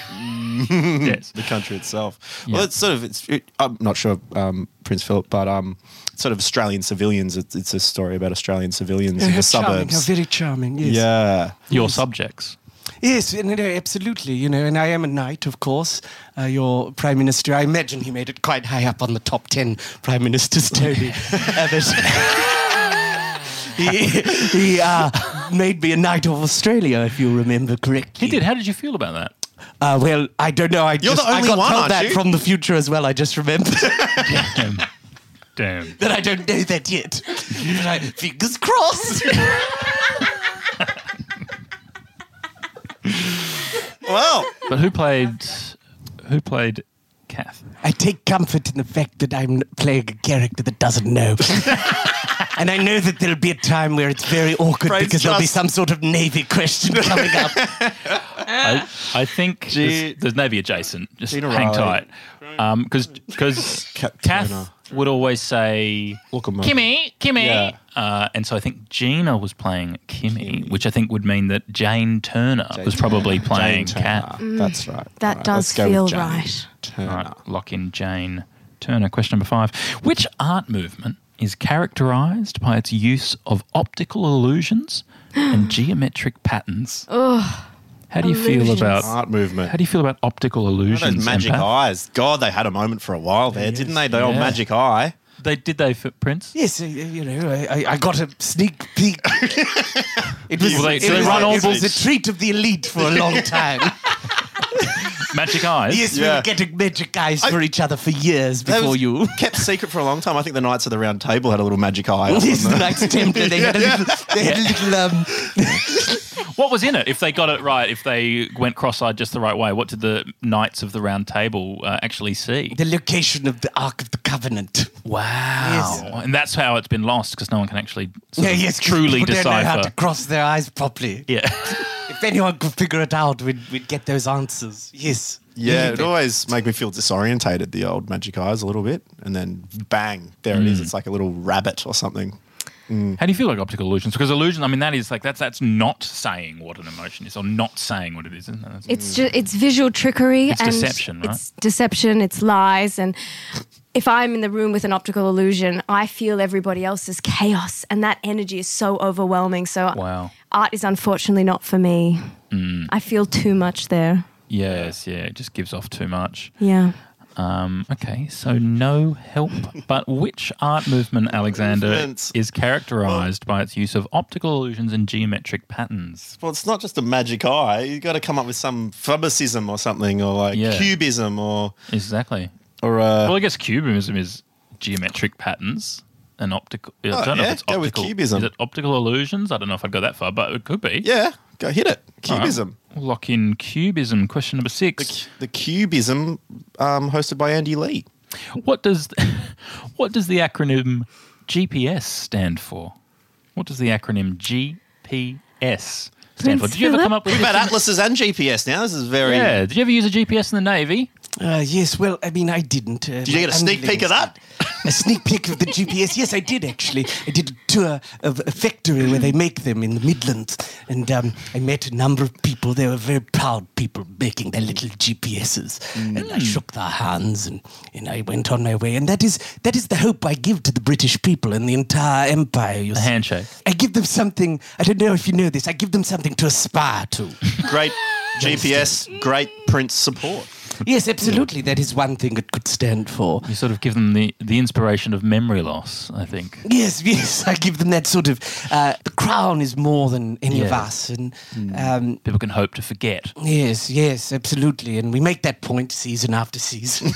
[SPEAKER 1] yes.
[SPEAKER 2] the country itself. Well, it's sort of it's. It, I'm not sure um, Prince Philip, but um, it's sort of Australian civilians. It's, it's a story about Australian civilians in
[SPEAKER 3] How
[SPEAKER 2] the
[SPEAKER 3] charming, how
[SPEAKER 2] suburbs.
[SPEAKER 3] very charming, yes.
[SPEAKER 2] Yeah,
[SPEAKER 1] Your subjects.
[SPEAKER 3] Yes, no, no, absolutely. You know, and I am a knight, of course. Uh, your prime minister, I imagine he made it quite high up on the top ten prime ministers, Tony. Uh, but- he he uh, made me a knight of Australia, if you remember correctly.
[SPEAKER 1] He did. How did you feel about that?
[SPEAKER 3] Uh, well, I don't know. I
[SPEAKER 2] You're
[SPEAKER 3] just
[SPEAKER 2] the only
[SPEAKER 3] I got
[SPEAKER 2] one,
[SPEAKER 3] told
[SPEAKER 2] aren't
[SPEAKER 3] that
[SPEAKER 2] you?
[SPEAKER 3] from the future as well. I just remembered
[SPEAKER 1] Damn. Damn.
[SPEAKER 3] that I don't know that yet. But I- fingers crossed.
[SPEAKER 2] Well,
[SPEAKER 1] But who played who played Kath?
[SPEAKER 3] I take comfort in the fact that I'm playing a character that doesn't know. and I know that there'll be a time where it's very awkward
[SPEAKER 2] Praise
[SPEAKER 3] because there'll be
[SPEAKER 2] trust.
[SPEAKER 3] some sort of Navy question coming up.
[SPEAKER 1] I, I think there's, there's Navy adjacent. Just
[SPEAKER 2] Gina
[SPEAKER 1] hang
[SPEAKER 2] Riley.
[SPEAKER 1] tight. Because because
[SPEAKER 2] Katrina.
[SPEAKER 1] Kath would always say,
[SPEAKER 2] Look at me.
[SPEAKER 1] Kimmy, Kimmy.
[SPEAKER 2] Yeah.
[SPEAKER 1] Uh, and so I think Gina was playing Kimmy, which I think would mean that Jane Turner was
[SPEAKER 2] Turner.
[SPEAKER 1] probably playing
[SPEAKER 2] Jane Turner.
[SPEAKER 1] Kath.
[SPEAKER 2] Ah, That's right.
[SPEAKER 4] That
[SPEAKER 2] All right,
[SPEAKER 4] does
[SPEAKER 2] let's go with
[SPEAKER 4] feel
[SPEAKER 2] Jane
[SPEAKER 4] right.
[SPEAKER 2] Turner.
[SPEAKER 1] All right, lock in Jane Turner. Question number five Which art movement is characterized by its use of optical illusions and geometric patterns. How do you feel
[SPEAKER 4] Illusions.
[SPEAKER 1] about
[SPEAKER 2] Art movement.
[SPEAKER 1] how do you feel about optical illusions?
[SPEAKER 2] those magic
[SPEAKER 1] empath?
[SPEAKER 2] eyes. God, they had a moment for a while there, didn't they? The old
[SPEAKER 1] Yeah.
[SPEAKER 2] magic eye.
[SPEAKER 1] They did they fit Prince?
[SPEAKER 3] Yes, uh, you know, I, I- I got a sneak peek. it was,
[SPEAKER 1] Well, they-
[SPEAKER 3] it
[SPEAKER 1] so they
[SPEAKER 3] was
[SPEAKER 1] run
[SPEAKER 3] a-
[SPEAKER 1] on
[SPEAKER 3] it was
[SPEAKER 1] books.
[SPEAKER 3] a treat of the elite for a long time.
[SPEAKER 1] Magic eyes.
[SPEAKER 3] yes, we
[SPEAKER 2] Yeah.
[SPEAKER 3] were getting magic eyes for each other for years
[SPEAKER 2] That
[SPEAKER 3] before
[SPEAKER 2] was
[SPEAKER 3] you.
[SPEAKER 2] kept secret for a long time. I think the Knights of the Round Table had a little magic eye. up on
[SPEAKER 3] Yes, the
[SPEAKER 2] them.
[SPEAKER 3] Knights Templar. They had a little. They had a little. Um,
[SPEAKER 1] What was in it? If they got it right, if they went cross-eyed just the right way, what did the knights of the round table uh, actually see?
[SPEAKER 3] the location of the Ark of the Covenant.
[SPEAKER 1] Wow. And that's how it's been lost because no one can actually sort of truly
[SPEAKER 3] people don't know how
[SPEAKER 1] decipher.
[SPEAKER 3] to cross their eyes properly.
[SPEAKER 1] Yeah.
[SPEAKER 3] If anyone could figure it out, we'd, we'd get those answers. Yes.
[SPEAKER 2] Yeah, it always make me feel disorientated. The old magic eyes a little bit, and then bang, there it is. It's like a little rabbit or something.
[SPEAKER 1] how do you feel like optical illusions? Because illusion, I mean, that is like that's that's not saying what an emotion is or not saying what it is. Isn't it? That's-
[SPEAKER 4] It's just it's visual trickery.
[SPEAKER 1] Mm. It's
[SPEAKER 4] and
[SPEAKER 1] deception, right?
[SPEAKER 4] It's deception. It's lies. And if I'm in the room with an optical illusion, I feel everybody else's chaos, and that energy is so overwhelming. So
[SPEAKER 1] Wow. Mm.
[SPEAKER 4] art is unfortunately not for me. I feel too much there.
[SPEAKER 1] Yes, yeah. It just gives off too much.
[SPEAKER 4] Yeah.
[SPEAKER 1] Um, okay, so no help. But which art movement, Alexander,
[SPEAKER 2] Movements.
[SPEAKER 1] is characterized by its use of optical illusions and geometric patterns?
[SPEAKER 2] Well, it's not just a magic eye. You got to come up with some fabricism or something, or like
[SPEAKER 1] Yeah.
[SPEAKER 2] cubism, or
[SPEAKER 1] Exactly.
[SPEAKER 2] or uh,
[SPEAKER 1] Well, I guess cubism is geometric patterns and optical. I don't know
[SPEAKER 2] Oh, yeah,
[SPEAKER 1] if it's
[SPEAKER 2] go with
[SPEAKER 1] optical.
[SPEAKER 2] cubism.
[SPEAKER 1] Is it optical illusions? I don't know if I'd go that far, but it could be.
[SPEAKER 2] yeah, go hit it.
[SPEAKER 1] All right.
[SPEAKER 2] Cubism.
[SPEAKER 1] We'll Lock in cubism. Question number six.
[SPEAKER 2] The cubism, um, hosted by Andy Lee.
[SPEAKER 1] What does what does the acronym GPS stand for? What does the acronym GPS stand for?
[SPEAKER 4] Prince
[SPEAKER 1] Did you ever
[SPEAKER 4] Philip?
[SPEAKER 1] come up with
[SPEAKER 2] We've
[SPEAKER 1] this?
[SPEAKER 2] had atlases and GPS now. This is very.
[SPEAKER 1] Yeah. Did you ever use a GPS in the Navy?
[SPEAKER 3] Uh, yes, well, I mean, I didn't. Uh, Did
[SPEAKER 2] you get a sneak peek of that?
[SPEAKER 3] A sneak peek of the GPS. Yes, I did actually. I did a tour of a factory where they make them in the Midlands, and um, I met a number of people. They were very proud people making their little GPSs, and
[SPEAKER 2] Hmm.
[SPEAKER 3] I shook their hands, and, and I went on my way. And that is that is the hope I give to the British people and the entire empire. You
[SPEAKER 1] A
[SPEAKER 3] see.
[SPEAKER 1] handshake.
[SPEAKER 3] I give them something. I don't know if you know this. I give them something to aspire to.
[SPEAKER 2] Great GPS, great Prince support.
[SPEAKER 3] yes, absolutely. That is one thing it could stand for.
[SPEAKER 1] You sort of give them the, the inspiration of memory loss, I think.
[SPEAKER 3] Yes, yes, I give them that sort of. Uh, the crown is more than any of
[SPEAKER 1] Yeah.
[SPEAKER 3] us, and um,
[SPEAKER 1] People can hope to forget.
[SPEAKER 3] yes, yes, absolutely, and we make that point season after season.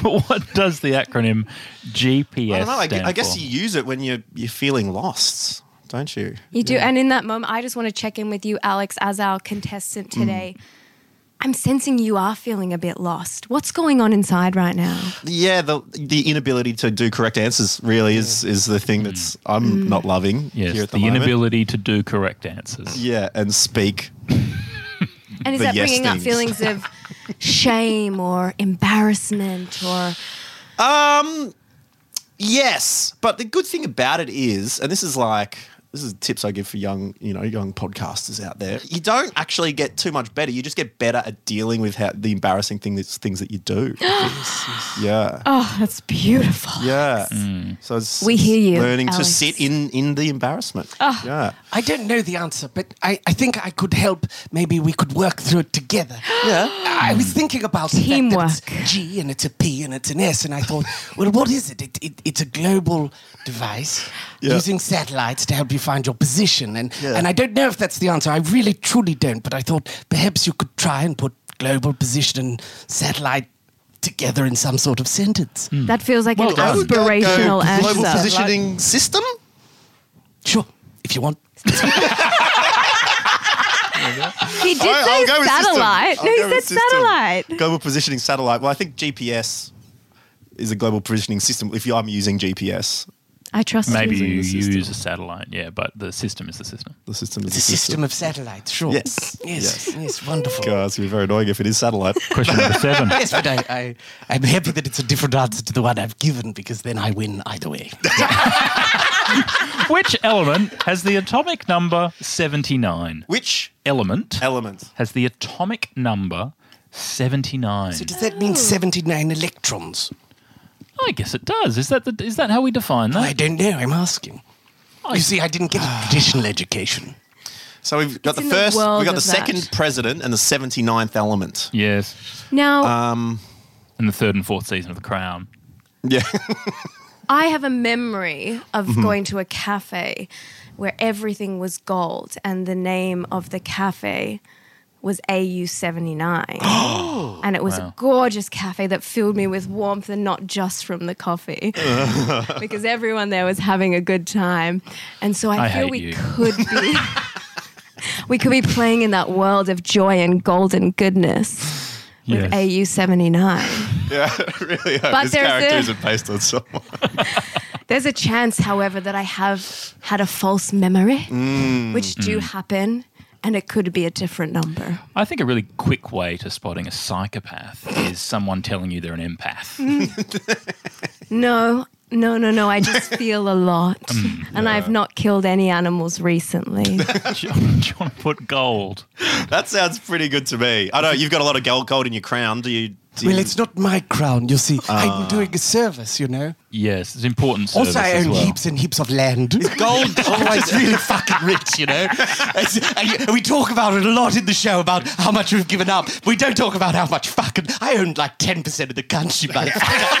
[SPEAKER 1] But what does the acronym GPS
[SPEAKER 2] I don't know. I, gu-
[SPEAKER 1] stand
[SPEAKER 2] I guess
[SPEAKER 1] for?
[SPEAKER 2] you use it when you're you're feeling lost, don't you?
[SPEAKER 4] You do. And in that moment, I just want to check in with you, Alex, as our contestant
[SPEAKER 1] Mm.
[SPEAKER 4] today. I'm sensing you are feeling a bit lost. What's going on inside right now?
[SPEAKER 2] Yeah, the the inability to do correct answers really is is the thing that's I'm not loving
[SPEAKER 1] Mm. Yes,
[SPEAKER 2] here at the,
[SPEAKER 1] the,
[SPEAKER 2] moment.
[SPEAKER 1] inability to do correct answers.
[SPEAKER 2] Yeah, and speak.
[SPEAKER 4] And is
[SPEAKER 2] the
[SPEAKER 4] that
[SPEAKER 2] yes
[SPEAKER 4] bringing up
[SPEAKER 2] things.
[SPEAKER 4] feelings of shame or embarrassment or
[SPEAKER 2] Yes, but the good thing about it is, and this is like this is tips I give for young, you know, young podcasters out there. You don't actually get too much better. You just get better at dealing with how the embarrassing thing that's things that you do. yeah.
[SPEAKER 4] oh, that's beautiful.
[SPEAKER 2] Yeah.
[SPEAKER 1] Mm.
[SPEAKER 2] So it's,
[SPEAKER 4] We
[SPEAKER 2] it's
[SPEAKER 4] hear you,
[SPEAKER 2] learning to
[SPEAKER 4] Alex. Oh.
[SPEAKER 2] sit in in the embarrassment. Yeah.
[SPEAKER 3] I don't know the answer, but I, I think I could help. Maybe we could work through it together. Yeah. I was thinking about the fact that it's
[SPEAKER 4] Teamwork.
[SPEAKER 3] G and it's a P and it's an S, and I thought, well, what is it? it, it it's a global device
[SPEAKER 2] Yeah.
[SPEAKER 3] using satellites to help you find your position, and
[SPEAKER 2] Yeah.
[SPEAKER 3] and I don't know if that's the answer. I really truly don't. But I thought perhaps you could try and put global position and satellite together in some sort of sentence.
[SPEAKER 2] Hmm.
[SPEAKER 4] That feels like an
[SPEAKER 2] I would go- go
[SPEAKER 4] aspirational
[SPEAKER 2] Global
[SPEAKER 4] answer.
[SPEAKER 2] positioning system.
[SPEAKER 3] Sure, if you want.
[SPEAKER 4] He did
[SPEAKER 2] I- I'll
[SPEAKER 4] say
[SPEAKER 2] go with system.
[SPEAKER 4] satellite.
[SPEAKER 2] I'll go
[SPEAKER 4] No, he
[SPEAKER 2] with
[SPEAKER 4] said
[SPEAKER 2] system.
[SPEAKER 4] satellite.
[SPEAKER 2] Global positioning satellite. Well, I think GPS is a global positioning system. If I'm using GPS,
[SPEAKER 4] I trust
[SPEAKER 1] Maybe
[SPEAKER 4] you.
[SPEAKER 1] you
[SPEAKER 2] the system.
[SPEAKER 1] use a satellite, yeah, but the system is the system.
[SPEAKER 2] the system is
[SPEAKER 3] The system of satellites, sure.
[SPEAKER 2] Yes.
[SPEAKER 3] Yes. Yes. wonderful.
[SPEAKER 2] God, it's gonna be very annoying if it is satellite.
[SPEAKER 1] Question number seven.
[SPEAKER 3] yes, but I, I, I'm happy that it's a different answer to the one I've given because then I win either way.
[SPEAKER 1] Which element has the atomic number 79?
[SPEAKER 2] Which
[SPEAKER 1] Element
[SPEAKER 2] element?
[SPEAKER 1] has the atomic number 79.
[SPEAKER 3] Oh. So does that mean 79 electrons?
[SPEAKER 1] I guess it does. Is that the, is that how we define that?
[SPEAKER 3] I don't know. I'm asking.
[SPEAKER 1] I-
[SPEAKER 3] You see, Oh. I Ah. didn't get a traditional education.
[SPEAKER 2] So we've got
[SPEAKER 4] It's in
[SPEAKER 2] the
[SPEAKER 4] the
[SPEAKER 2] first,
[SPEAKER 4] world
[SPEAKER 2] we've got
[SPEAKER 4] of
[SPEAKER 2] the second
[SPEAKER 4] that.
[SPEAKER 2] president and the 79th element. Um,
[SPEAKER 1] Yes.
[SPEAKER 4] Now,
[SPEAKER 1] And the third and fourth season of The Crown.
[SPEAKER 2] Yeah.
[SPEAKER 4] I have a memory of
[SPEAKER 1] Mm-hmm.
[SPEAKER 4] going to a cafe where everything was gold, and the name of the cafe was AU79. and it was a gorgeous cafe that filled me with warmth and not just from the coffee because everyone there was having a good time. And so I,
[SPEAKER 1] I
[SPEAKER 4] feel
[SPEAKER 1] hate
[SPEAKER 4] we
[SPEAKER 1] you.
[SPEAKER 4] could be. We could be playing in that world of joy and golden goodness with AU 79.
[SPEAKER 2] yeah, really. Hope
[SPEAKER 4] But
[SPEAKER 2] his
[SPEAKER 4] there's
[SPEAKER 2] characters
[SPEAKER 4] a-
[SPEAKER 2] are based on someone.
[SPEAKER 4] There's a chance, however, that I have had a false memory,
[SPEAKER 2] Mm.
[SPEAKER 4] which do happen, and it could be a different number.
[SPEAKER 1] I think a really quick way to spotting a psychopath is someone telling you they're an
[SPEAKER 3] Mm.
[SPEAKER 1] empath.
[SPEAKER 4] No, no, no, no. I just feel a lot,
[SPEAKER 2] Mm.
[SPEAKER 4] and I've not killed any animals recently.
[SPEAKER 1] do, you, do you want to put gold?
[SPEAKER 2] That sounds pretty good to me. I know you've got a lot of gold, gold in your crown. Do you? Do
[SPEAKER 3] Well,
[SPEAKER 2] you-
[SPEAKER 3] it's not my crown, you see. I'm doing a service, you know.
[SPEAKER 1] Yes, it's important. Service
[SPEAKER 3] Also, I
[SPEAKER 1] as
[SPEAKER 3] own
[SPEAKER 1] well.
[SPEAKER 3] heaps and heaps of land.
[SPEAKER 2] gold.
[SPEAKER 3] Always really fucking rich, you know. It's- and we talk about it a lot in the show about how much we've given up. We don't talk about how much fucking I owned like ten percent of the country, motherfucker.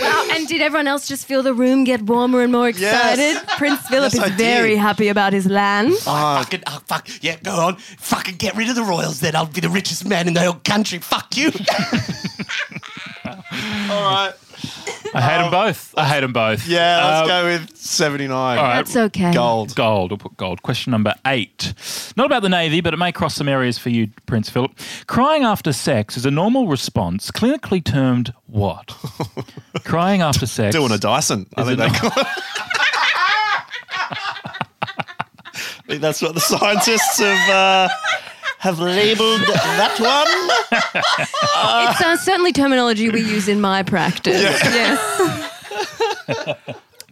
[SPEAKER 4] wow! And did everyone else just feel the room get warmer and more
[SPEAKER 2] Yes.
[SPEAKER 4] excited? Prince Philip
[SPEAKER 2] Yes, I
[SPEAKER 4] is
[SPEAKER 2] did.
[SPEAKER 4] very happy about his land.
[SPEAKER 3] I fucking, oh, fuck, yeah, go on, fucking get rid of the royals, then I'll be the richest man in the whole country. Fuck you.
[SPEAKER 2] All right.
[SPEAKER 1] I hate them both. I hate them both.
[SPEAKER 2] Yeah, let's
[SPEAKER 3] Uh,
[SPEAKER 1] Um,
[SPEAKER 2] go with 79.
[SPEAKER 1] all right.
[SPEAKER 4] That's okay.
[SPEAKER 2] Gold.
[SPEAKER 1] Gold. We'll put gold. Question number eight. Not about the Navy, but it may cross some areas for you, Prince Philip. Crying after sex is a normal response, clinically termed what? Crying after sex.
[SPEAKER 2] Doing a Dyson. I
[SPEAKER 1] is
[SPEAKER 2] think,
[SPEAKER 1] a
[SPEAKER 2] they
[SPEAKER 1] nor-
[SPEAKER 2] call it. I think that's what the scientists have uh, have labelled that one.
[SPEAKER 4] it's uh, certainly terminology we use in my practice. Yes.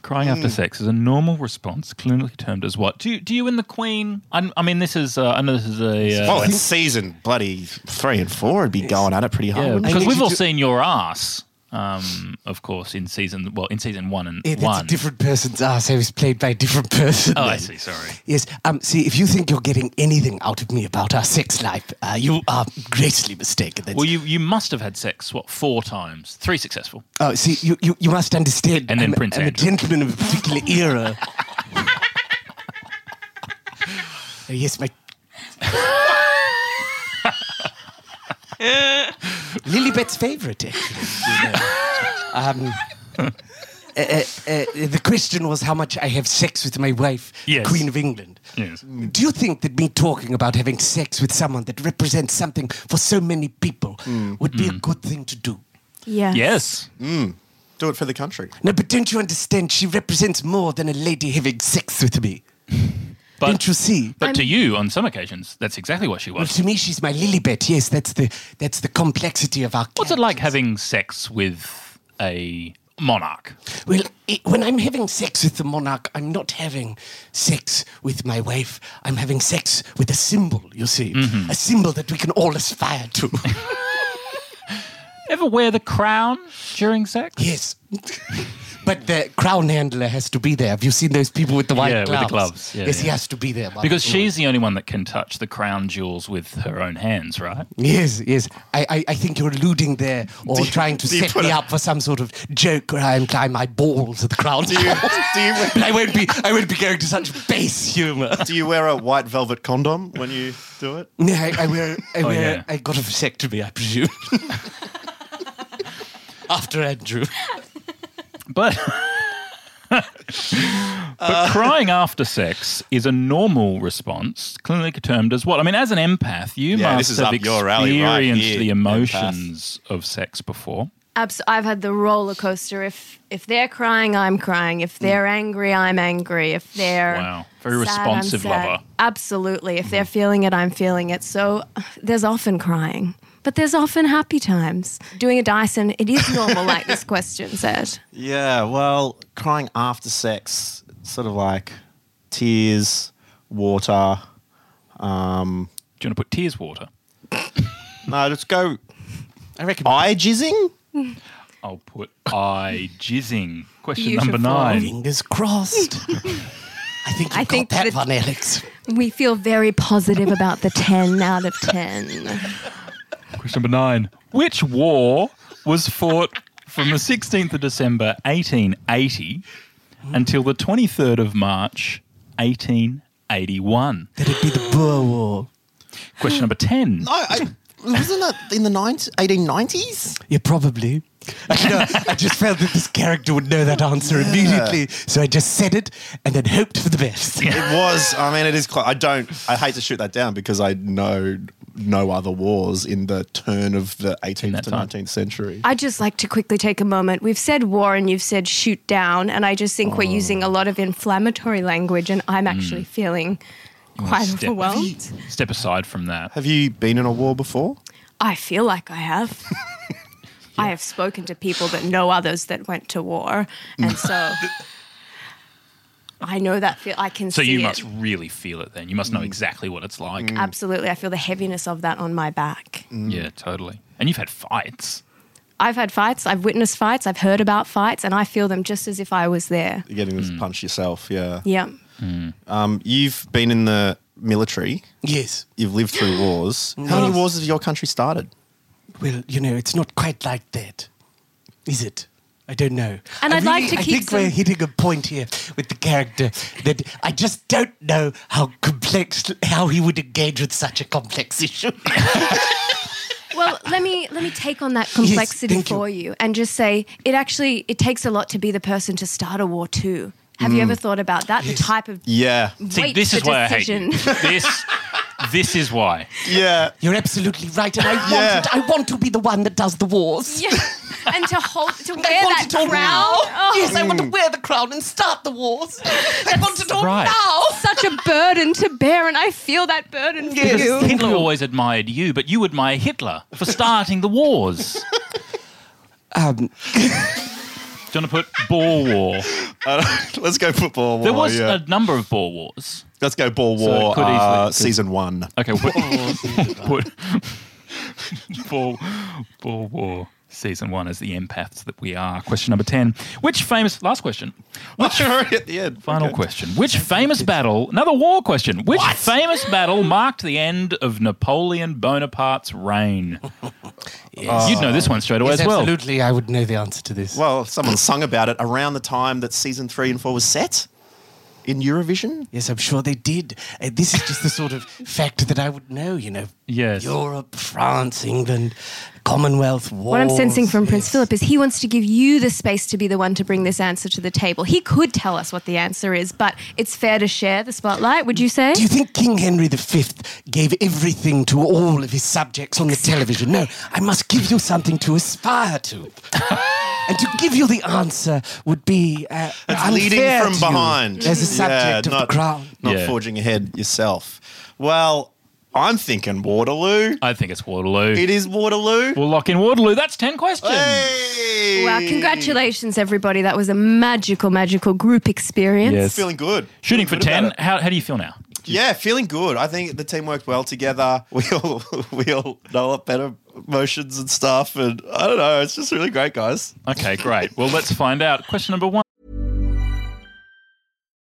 [SPEAKER 1] Crying
[SPEAKER 2] Mm.
[SPEAKER 1] after sex is a normal response, clinically termed as what? Do you, do you and the Queen? i I mean, this is. Uh, I know this is a. Uh,
[SPEAKER 2] Oh, it's season bloody three and four would be going at it pretty hard.
[SPEAKER 1] yeah,
[SPEAKER 2] wouldn't
[SPEAKER 1] because
[SPEAKER 2] it?
[SPEAKER 1] we've all seen your ass. Um, of course, in season well, in season one and one.
[SPEAKER 3] person's ass. I was played by a different person.
[SPEAKER 1] oh, I see. Sorry.
[SPEAKER 3] Yes. Um, see, if you think you're getting anything out of me about our sex life, uh, you are greatly mistaken. That's-
[SPEAKER 1] Well, you you must have had sex what four times? Three successful.
[SPEAKER 3] Oh, see, you, you, you must understand.
[SPEAKER 1] And then
[SPEAKER 3] I'm, a-
[SPEAKER 1] Prince
[SPEAKER 3] I'm a
[SPEAKER 1] Andrew.
[SPEAKER 3] gentleman of a particular era. Uh, yes, my. Lilibet's favourite, actually. you know. Um, uh, uh, uh, the question was how much I have sex with my wife,
[SPEAKER 1] Yes.
[SPEAKER 3] Queen of England.
[SPEAKER 1] Yes.
[SPEAKER 3] Do you think that me talking about having sex with someone that represents something for so many people
[SPEAKER 1] Mm.
[SPEAKER 3] would be a good thing to do?
[SPEAKER 4] Yes.
[SPEAKER 1] Yes.
[SPEAKER 2] do it for the country.
[SPEAKER 3] No, but don't you understand? She represents more than a lady having sex with me.
[SPEAKER 1] But,
[SPEAKER 3] don't you see?
[SPEAKER 1] But to you, on some occasions, that's exactly what she
[SPEAKER 3] Well,
[SPEAKER 1] was.
[SPEAKER 3] to me, she's my Lilibet. Yes, that's the that's the complexity of our.
[SPEAKER 1] What's it like having sex with a monarch?
[SPEAKER 3] Well, i when I'm having sex with the monarch, I'm not having sex with my wife. I'm having sex with a symbol. You see,
[SPEAKER 1] Mm-hmm.
[SPEAKER 3] a symbol that we can all aspire to.
[SPEAKER 1] Ever wear the crown during sex?
[SPEAKER 3] yes. But the crown handler has to be there. Have you seen those people with the white
[SPEAKER 1] Yeah, with
[SPEAKER 3] gloves?
[SPEAKER 1] the gloves. Yeah,
[SPEAKER 3] yes, he
[SPEAKER 1] yeah.
[SPEAKER 3] has to be there.
[SPEAKER 1] Because
[SPEAKER 3] she's.
[SPEAKER 1] she's the only one that can touch the crown jewels with her own hands, right?
[SPEAKER 3] Yes, yes. I, I, I think you're alluding there or trying to
[SPEAKER 2] do you
[SPEAKER 3] set
[SPEAKER 2] put
[SPEAKER 3] me
[SPEAKER 2] a-
[SPEAKER 3] up for some sort of joke where I imply my balls at the crown.
[SPEAKER 2] Do you, do you,
[SPEAKER 3] but I won't be I won't be going to such base humour.
[SPEAKER 2] do you wear a white velvet condom when you do it?
[SPEAKER 3] No, I, I wear I wear
[SPEAKER 1] yeah.
[SPEAKER 3] I got a vasectomy, I presume. After Andrew.
[SPEAKER 1] But.
[SPEAKER 2] Uh.
[SPEAKER 1] but crying after sex is a normal response, clinically termed as what? I mean, as an empath, you
[SPEAKER 2] Yeah,
[SPEAKER 1] must
[SPEAKER 2] this is
[SPEAKER 1] have
[SPEAKER 2] up your alley
[SPEAKER 1] experienced
[SPEAKER 2] right here,
[SPEAKER 1] the
[SPEAKER 2] empath.
[SPEAKER 1] emotions of sex before.
[SPEAKER 4] Abs- I've had the roller coaster. If if they're crying, I'm crying. If they're angry, I'm angry. If they're
[SPEAKER 1] Wow. Very
[SPEAKER 4] sad, I'm
[SPEAKER 1] responsive
[SPEAKER 4] sad.
[SPEAKER 1] lover.
[SPEAKER 4] Absolutely. If they're feeling it, I'm feeling it. So uh, there's often crying, but there's often happy times. Doing a Dyson, it is normal, like this question said.
[SPEAKER 2] Yeah, well, crying after sex, sort of like tears, water. Um,
[SPEAKER 1] Do you want to put tears water?
[SPEAKER 2] no, let's go
[SPEAKER 3] I reckon
[SPEAKER 2] eye jizzing.
[SPEAKER 1] I'll put I jizzing. Question number
[SPEAKER 4] Beautiful.
[SPEAKER 1] nine.
[SPEAKER 3] Fingers crossed. I think you
[SPEAKER 4] I
[SPEAKER 3] got
[SPEAKER 4] think
[SPEAKER 3] that
[SPEAKER 4] that-
[SPEAKER 3] one, Alex.
[SPEAKER 4] We feel very positive about the 10 out of 10.
[SPEAKER 1] Question number nine. Which war was fought from the 16th of December 1880 until the 23rd of March 1881?
[SPEAKER 3] That'd be the Boer War.
[SPEAKER 1] Question number 10.
[SPEAKER 2] No, I, wasn't that in the 90s, 1890s?
[SPEAKER 3] Yeah, probably. You know, I just felt that this character would know that answer immediately, so I just said it and then hoped for the best.
[SPEAKER 2] It was. I mean, it is quite. I don't. I hate to shoot that down because I know no other wars in the turn of the 18th
[SPEAKER 1] that
[SPEAKER 2] to
[SPEAKER 1] time.
[SPEAKER 2] 19th century.
[SPEAKER 4] I'd just like to quickly take a moment. We've said war and you've said shoot down, and I just think we're
[SPEAKER 1] Oh.
[SPEAKER 4] using a lot of inflammatory language, and I'm actually feeling quite
[SPEAKER 1] Mm. Step-
[SPEAKER 4] overwhelmed.
[SPEAKER 1] Step aside from that.
[SPEAKER 2] Have you been in a war before?
[SPEAKER 4] I feel like I have. I have spoken to people that know others that went to war, and so I know that feel. I can
[SPEAKER 1] So
[SPEAKER 4] see
[SPEAKER 1] you
[SPEAKER 4] it. Mm.
[SPEAKER 1] must mm. really feel it then. You must know exactly what it's like.
[SPEAKER 4] Absolutely, I feel the heaviness of that on my back.
[SPEAKER 1] Yeah, totally. And you've had fights.
[SPEAKER 4] I've had fights, I've witnessed fights, I've heard about fights, and I feel them just as if I was there.
[SPEAKER 2] You're getting
[SPEAKER 1] Hmm.
[SPEAKER 2] this punch yourself, yeah.
[SPEAKER 4] Yeah.
[SPEAKER 2] Um, you've been in the military.
[SPEAKER 3] Yes.
[SPEAKER 2] You've lived through wars. How many wars has your country started?
[SPEAKER 3] Well, you know, it's not quite like that, is it? I don't know.
[SPEAKER 4] And
[SPEAKER 3] I
[SPEAKER 4] I'd like to
[SPEAKER 3] I
[SPEAKER 4] keep
[SPEAKER 3] think we're
[SPEAKER 4] some-
[SPEAKER 3] hitting a point here with the character that I just don't know how complex, how he would engage with such a complex issue.
[SPEAKER 4] Well, let me let me take on that complexity
[SPEAKER 3] thank you.
[SPEAKER 4] for you and just say it actually it takes a lot to be the person to start a war too. Have
[SPEAKER 3] Mm.
[SPEAKER 4] you ever thought about that? The type of
[SPEAKER 2] Yeah.
[SPEAKER 1] See,
[SPEAKER 4] Wait
[SPEAKER 1] this
[SPEAKER 4] for
[SPEAKER 1] is why
[SPEAKER 4] decision.
[SPEAKER 1] I hate you. This, this is why.
[SPEAKER 2] Yeah.
[SPEAKER 3] You're absolutely right, and I want
[SPEAKER 2] Yeah.
[SPEAKER 3] it. I want to be the one that does the wars.
[SPEAKER 4] Yeah. and to hold to wear
[SPEAKER 3] I want
[SPEAKER 4] that
[SPEAKER 3] it all
[SPEAKER 4] crown.
[SPEAKER 3] now.
[SPEAKER 4] Oh,
[SPEAKER 3] Yes, I want to wear the crown and start the wars. I want it all
[SPEAKER 1] Mm. right.
[SPEAKER 3] now.
[SPEAKER 4] such a burden to bear, and I feel that burden for
[SPEAKER 3] Yes.
[SPEAKER 4] you.
[SPEAKER 1] Hitler always admired you, but you admire Hitler for starting the wars.
[SPEAKER 3] Um,
[SPEAKER 1] Do you want to put Boer War?
[SPEAKER 2] Let's go football war.
[SPEAKER 1] There was
[SPEAKER 2] Oh, yeah.
[SPEAKER 1] a number of Boer Wars.
[SPEAKER 2] Let's go ball
[SPEAKER 1] So it
[SPEAKER 2] war
[SPEAKER 1] could
[SPEAKER 2] uh,
[SPEAKER 1] easily-
[SPEAKER 2] season one.
[SPEAKER 1] Okay, what? put Boer, Boer War season one as the empaths that we are. Question number ten: Which famous last question?
[SPEAKER 2] Which are at the end.
[SPEAKER 1] Final
[SPEAKER 2] Okay.
[SPEAKER 1] question: Which famous battle? Another war question. Which famous battle marked the end of Napoleon Bonaparte's reign? You'd know this one straight away
[SPEAKER 3] yes,
[SPEAKER 1] as well.
[SPEAKER 3] absolutely, I would know the answer to this.
[SPEAKER 2] Well, someone sung about it around the time that season three and four was set in Eurovision.
[SPEAKER 3] Yes, I'm sure they did. Uh, this is just the sort of fact that I would know, you know.
[SPEAKER 1] Yes.
[SPEAKER 3] Europe, France, England, Commonwealth, wars.
[SPEAKER 4] What I'm sensing from Prince
[SPEAKER 3] Oh, yes.
[SPEAKER 4] Philip is he wants to give you the space to be the one to bring this answer to the table. He could tell us what the answer is, but it's fair to share the spotlight, would you say?
[SPEAKER 3] Do you think King Henry V gave everything to all of his subjects on the television? No, I must give you something to aspire to. and to give you the answer would be uh,
[SPEAKER 2] It's leading
[SPEAKER 3] unfair
[SPEAKER 2] from
[SPEAKER 3] to you
[SPEAKER 2] behind.
[SPEAKER 3] as a
[SPEAKER 2] Yeah,
[SPEAKER 3] subject of
[SPEAKER 2] not,
[SPEAKER 3] the crown.
[SPEAKER 2] Not
[SPEAKER 1] Yeah.
[SPEAKER 2] forging ahead yourself. Well, I'm thinking Waterloo.
[SPEAKER 1] I think it's Waterloo.
[SPEAKER 2] It is Waterloo.
[SPEAKER 1] We'll lock in Waterloo. That's ten questions.
[SPEAKER 2] Hey!
[SPEAKER 4] Wow, congratulations, everybody. That was a magical, magical group experience.
[SPEAKER 1] Yes.
[SPEAKER 2] Feeling good.
[SPEAKER 1] Shooting for
[SPEAKER 2] Feeling good about
[SPEAKER 1] ten.
[SPEAKER 2] it.
[SPEAKER 1] How, how do you feel now?
[SPEAKER 2] Yeah, feeling good. I think the team worked well together. We all we all developed better emotions and stuff, and I don't know. It's just really great, guys.
[SPEAKER 1] Okay, great. Well, let's find out. Question number one.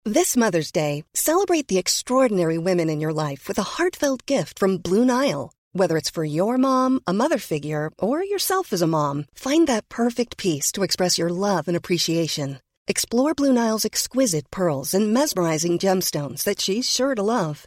[SPEAKER 5] This Mother's Day, celebrate the extraordinary women in your life with a heartfelt gift from Blue Nile. Whether it's for your mom, a mother figure, or yourself as a mom, find that perfect piece to express your love and appreciation. Explore Blue Nile's exquisite pearls and mesmerizing gemstones that she's sure to love.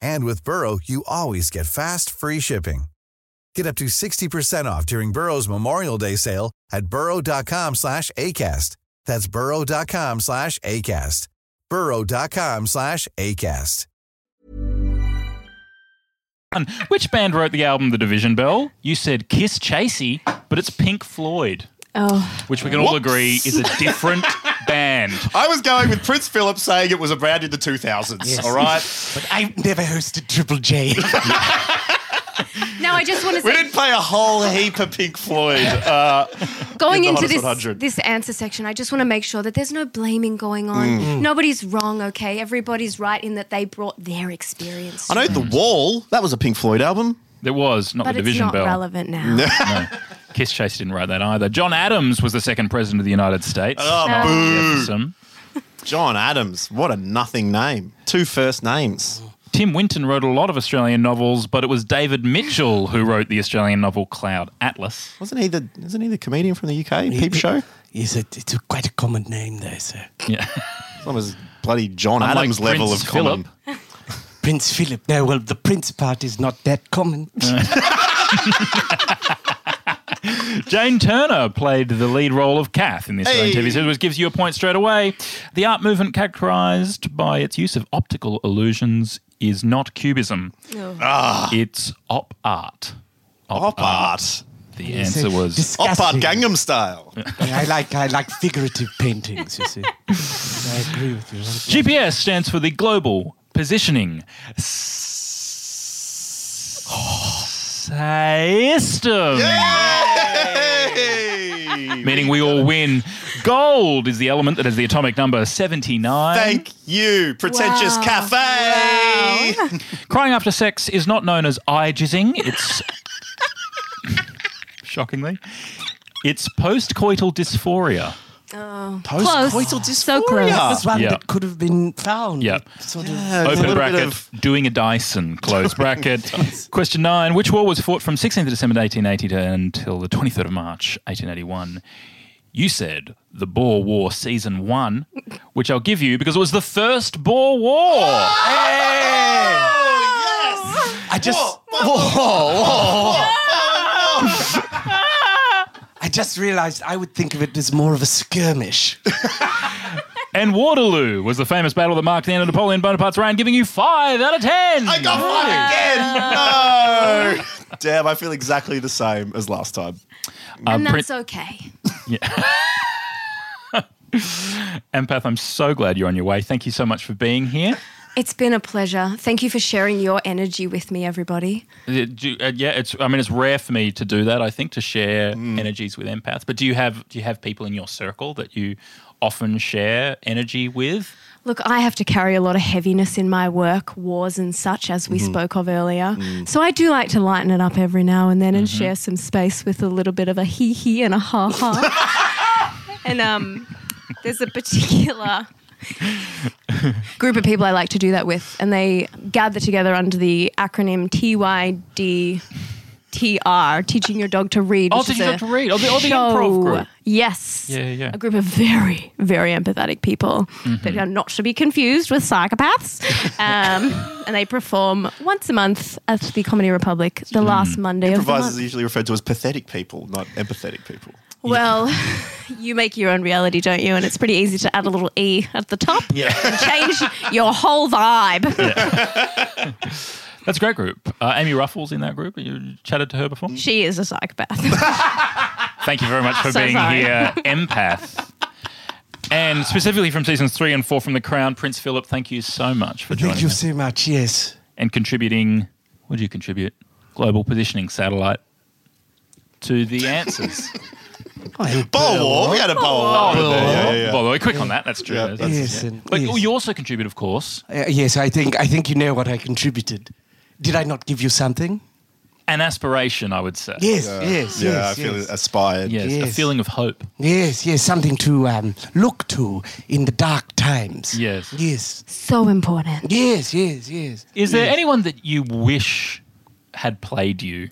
[SPEAKER 6] And with Burrow, you always get fast, free shipping. Get up to 60% off during Burrow's Memorial Day sale at burrow.com slash ACAST. That's burrow.com slash ACAST. burrow.com slash ACAST.
[SPEAKER 1] Which band wrote the album The Division Bell? You said Kiss Chasey, but it's Pink Floyd.
[SPEAKER 4] Oh,
[SPEAKER 1] which we can all agree is a different band.
[SPEAKER 2] I was going with Prince Philip saying it was around in the 2000s. All right.
[SPEAKER 3] But I never hosted Triple J.
[SPEAKER 4] now I just want to
[SPEAKER 2] We
[SPEAKER 4] say,
[SPEAKER 2] didn't play a whole heap of Pink Floyd. Uh,
[SPEAKER 4] going
[SPEAKER 2] in the
[SPEAKER 4] into
[SPEAKER 2] Hottest
[SPEAKER 4] this
[SPEAKER 2] 100.
[SPEAKER 4] this answer section, I just want to make sure that there's no blaming going on. Nobody's wrong, okay? Everybody's right in that they brought their experience.
[SPEAKER 2] I know The Wall. That was a Pink Floyd album.
[SPEAKER 1] There was not
[SPEAKER 4] but
[SPEAKER 1] the
[SPEAKER 4] it's
[SPEAKER 1] division
[SPEAKER 4] not
[SPEAKER 1] bell.
[SPEAKER 4] relevant now.
[SPEAKER 1] Kiss Chase didn't write that either. John Adams was the second president of the United States.
[SPEAKER 2] Oh,
[SPEAKER 4] No.
[SPEAKER 1] Jefferson.
[SPEAKER 2] John Adams. What a nothing name. Two first names.
[SPEAKER 1] Tim Winton wrote a lot of Australian novels, but it was David Mitchell who wrote the Australian novel Cloud Atlas.
[SPEAKER 2] Wasn't he the? Isn't he the comedian from the UK? Peep show.
[SPEAKER 3] Yes, it, it's a, quite a common name there, sir.
[SPEAKER 1] Yeah.
[SPEAKER 2] That was bloody John
[SPEAKER 1] Unlike
[SPEAKER 2] Adams level
[SPEAKER 1] Prince
[SPEAKER 2] of common.
[SPEAKER 1] Philip.
[SPEAKER 3] Prince Philip. No, well, the Prince part is not that common.
[SPEAKER 1] Jane Turner played the lead role of Kath in the Australian
[SPEAKER 2] Hey.
[SPEAKER 1] TV series, which gives you a point straight away. The art movement, characterized by its use of optical illusions, is not cubism.
[SPEAKER 4] Oh.
[SPEAKER 1] It's op art.
[SPEAKER 2] Pop Ah.
[SPEAKER 1] Ah.
[SPEAKER 2] art.
[SPEAKER 1] The answer was
[SPEAKER 2] Pop art
[SPEAKER 3] uh, Disgusting.
[SPEAKER 2] Gangnam style.
[SPEAKER 3] Yeah, I like I like figurative paintings. You see, I agree with you.
[SPEAKER 1] GPS stands for the Global Positioning S- System.
[SPEAKER 2] Hey!
[SPEAKER 1] Meaning we all win. Gold is the element that has the atomic number 79.
[SPEAKER 2] Thank you, pretentious cafe.
[SPEAKER 1] Crying after sex is not known as eye jizzing. It's shockingly, it's postcoital dysphoria.
[SPEAKER 4] Close. So close.
[SPEAKER 2] dysphoria.
[SPEAKER 3] This one
[SPEAKER 1] Yeah.
[SPEAKER 3] that could have been found.
[SPEAKER 1] Yeah.
[SPEAKER 3] Sort
[SPEAKER 2] Yeah,
[SPEAKER 3] of.
[SPEAKER 2] it's a
[SPEAKER 1] Open
[SPEAKER 2] little bit
[SPEAKER 1] bracket,
[SPEAKER 2] of-
[SPEAKER 1] doing a Dyson, close bracket. Question nine Which war was fought from 16th of December 1880 to, until the 23rd of March 1881? You said the Boer War Season 1, which I'll give you because it was the first Boer War.
[SPEAKER 2] Oh,
[SPEAKER 3] I just. I just realised I would think of it as more of a skirmish.
[SPEAKER 1] And Waterloo was the famous battle that marked the end of Napoleon Bonaparte's reign, giving you 5 out of 10.
[SPEAKER 2] I got one again. No. Damn, I feel exactly the same as last time.
[SPEAKER 4] and
[SPEAKER 1] print-
[SPEAKER 4] that's okay.
[SPEAKER 1] Empath, I'm so glad you're on your way. Thank you so much for being here.
[SPEAKER 4] It's been a pleasure. Thank you for sharing your energy with me, everybody.
[SPEAKER 1] Uh, do you- uh, yeah, it's. I mean, it's rare for me to do that. I think to share
[SPEAKER 3] Mm.
[SPEAKER 1] energies with empaths. But do you have do you have people in your circle that you often share energy with?
[SPEAKER 4] Look, I have to carry a lot of heaviness in my work, wars and such, as
[SPEAKER 1] Mm-hmm.
[SPEAKER 4] we spoke of earlier.
[SPEAKER 1] Mm.
[SPEAKER 4] So I do like to lighten it up every now and then and
[SPEAKER 1] Mm-hmm.
[SPEAKER 4] share some space with a little bit of a hee hee and a ha ha. and um, there's a particular group of people I like to do that with, and they gather together under the acronym TYDTR, Teaching Your Dog to Read.
[SPEAKER 1] Oh,
[SPEAKER 4] which
[SPEAKER 1] Teaching
[SPEAKER 4] is
[SPEAKER 1] Your
[SPEAKER 4] a
[SPEAKER 1] Dog to Read. Oh, the- oh, the improv
[SPEAKER 4] show.
[SPEAKER 1] group.
[SPEAKER 4] Yes.
[SPEAKER 1] Yeah, yeah. Mm-hmm.
[SPEAKER 4] A group of very, very empathetic people that are not to be confused with psychopaths. Um, and they perform once a month at the Comedy Republic, the
[SPEAKER 1] Mm.
[SPEAKER 4] last Monday of the
[SPEAKER 2] Improvisers
[SPEAKER 4] month.
[SPEAKER 2] are usually referred to as pathetic people, not empathetic people.
[SPEAKER 4] Well, you make your own reality, don't you? And it's pretty easy to add a little E at the top and change your whole vibe.
[SPEAKER 1] That's a great group. Uh, Amy Ruffles in that group. You chatted to her before.
[SPEAKER 4] She is a psychopath.
[SPEAKER 1] Thank you very much for
[SPEAKER 4] So
[SPEAKER 1] being
[SPEAKER 4] sorry.
[SPEAKER 1] here, empath. And specifically from seasons three and four from The Crown, Prince Philip. Thank you so much for joining
[SPEAKER 3] Thank you
[SPEAKER 1] us
[SPEAKER 3] so much. Yes.
[SPEAKER 1] and contributing. What do you contribute? Global positioning satellite to the answers.
[SPEAKER 3] Oh,
[SPEAKER 2] Bowl war. We had a bowl war. Yeah, yeah, yeah.
[SPEAKER 1] By the way, quick on that. That's true.
[SPEAKER 2] Yeah,
[SPEAKER 1] That's-
[SPEAKER 2] that's-
[SPEAKER 3] Yes. And,
[SPEAKER 1] But
[SPEAKER 3] yes.
[SPEAKER 1] you also contribute, of course,
[SPEAKER 3] Uh, yes, I think I think you know what I contributed. Did I not give you something?
[SPEAKER 1] an aspiration, I would say.
[SPEAKER 3] Yes, yes,
[SPEAKER 2] Yeah, I
[SPEAKER 3] yes,
[SPEAKER 2] feel
[SPEAKER 3] yes.
[SPEAKER 2] inspired.
[SPEAKER 1] Yes, a
[SPEAKER 3] Yes.
[SPEAKER 1] feeling of hope.
[SPEAKER 3] yes, yes, something to um, look to in the dark times.
[SPEAKER 1] Yes.
[SPEAKER 3] yes,
[SPEAKER 4] so important.
[SPEAKER 3] yes, yes, yes.
[SPEAKER 1] Is there anyone that you wish had played you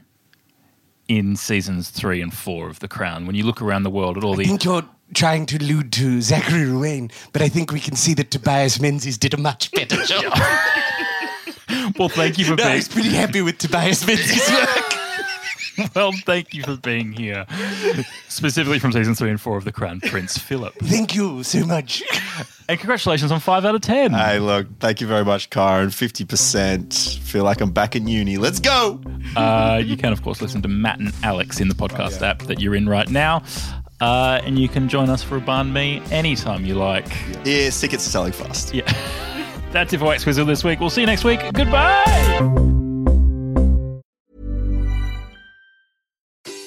[SPEAKER 1] in seasons three and four of The Crown? When you look around the world at all
[SPEAKER 3] I
[SPEAKER 1] the
[SPEAKER 3] think you're trying to allude to Zachary Ruane, but I think we can see that Tobias Menzies did a much better job.
[SPEAKER 1] well, thank you for
[SPEAKER 3] no, I
[SPEAKER 1] being
[SPEAKER 3] was pretty happy with Tobias Menzies' work.
[SPEAKER 1] well, thank you for being here, specifically from season three and four of The Crown, Prince Philip,
[SPEAKER 3] Thank you so much.
[SPEAKER 1] and congratulations on five out of ten.
[SPEAKER 2] Hey, look, thank you very much, Karen. 50%. Feel like I'm back in uni. Let's go.
[SPEAKER 1] Uh, you can, of course, listen to Matt and Alex in the podcast app that you're in right now. Uh, and you can join us for a Barn Me anytime you like.
[SPEAKER 2] Yeah, tickets are selling fast.
[SPEAKER 1] Yeah. That's it for Exquisite this week. We'll see you next week. Goodbye.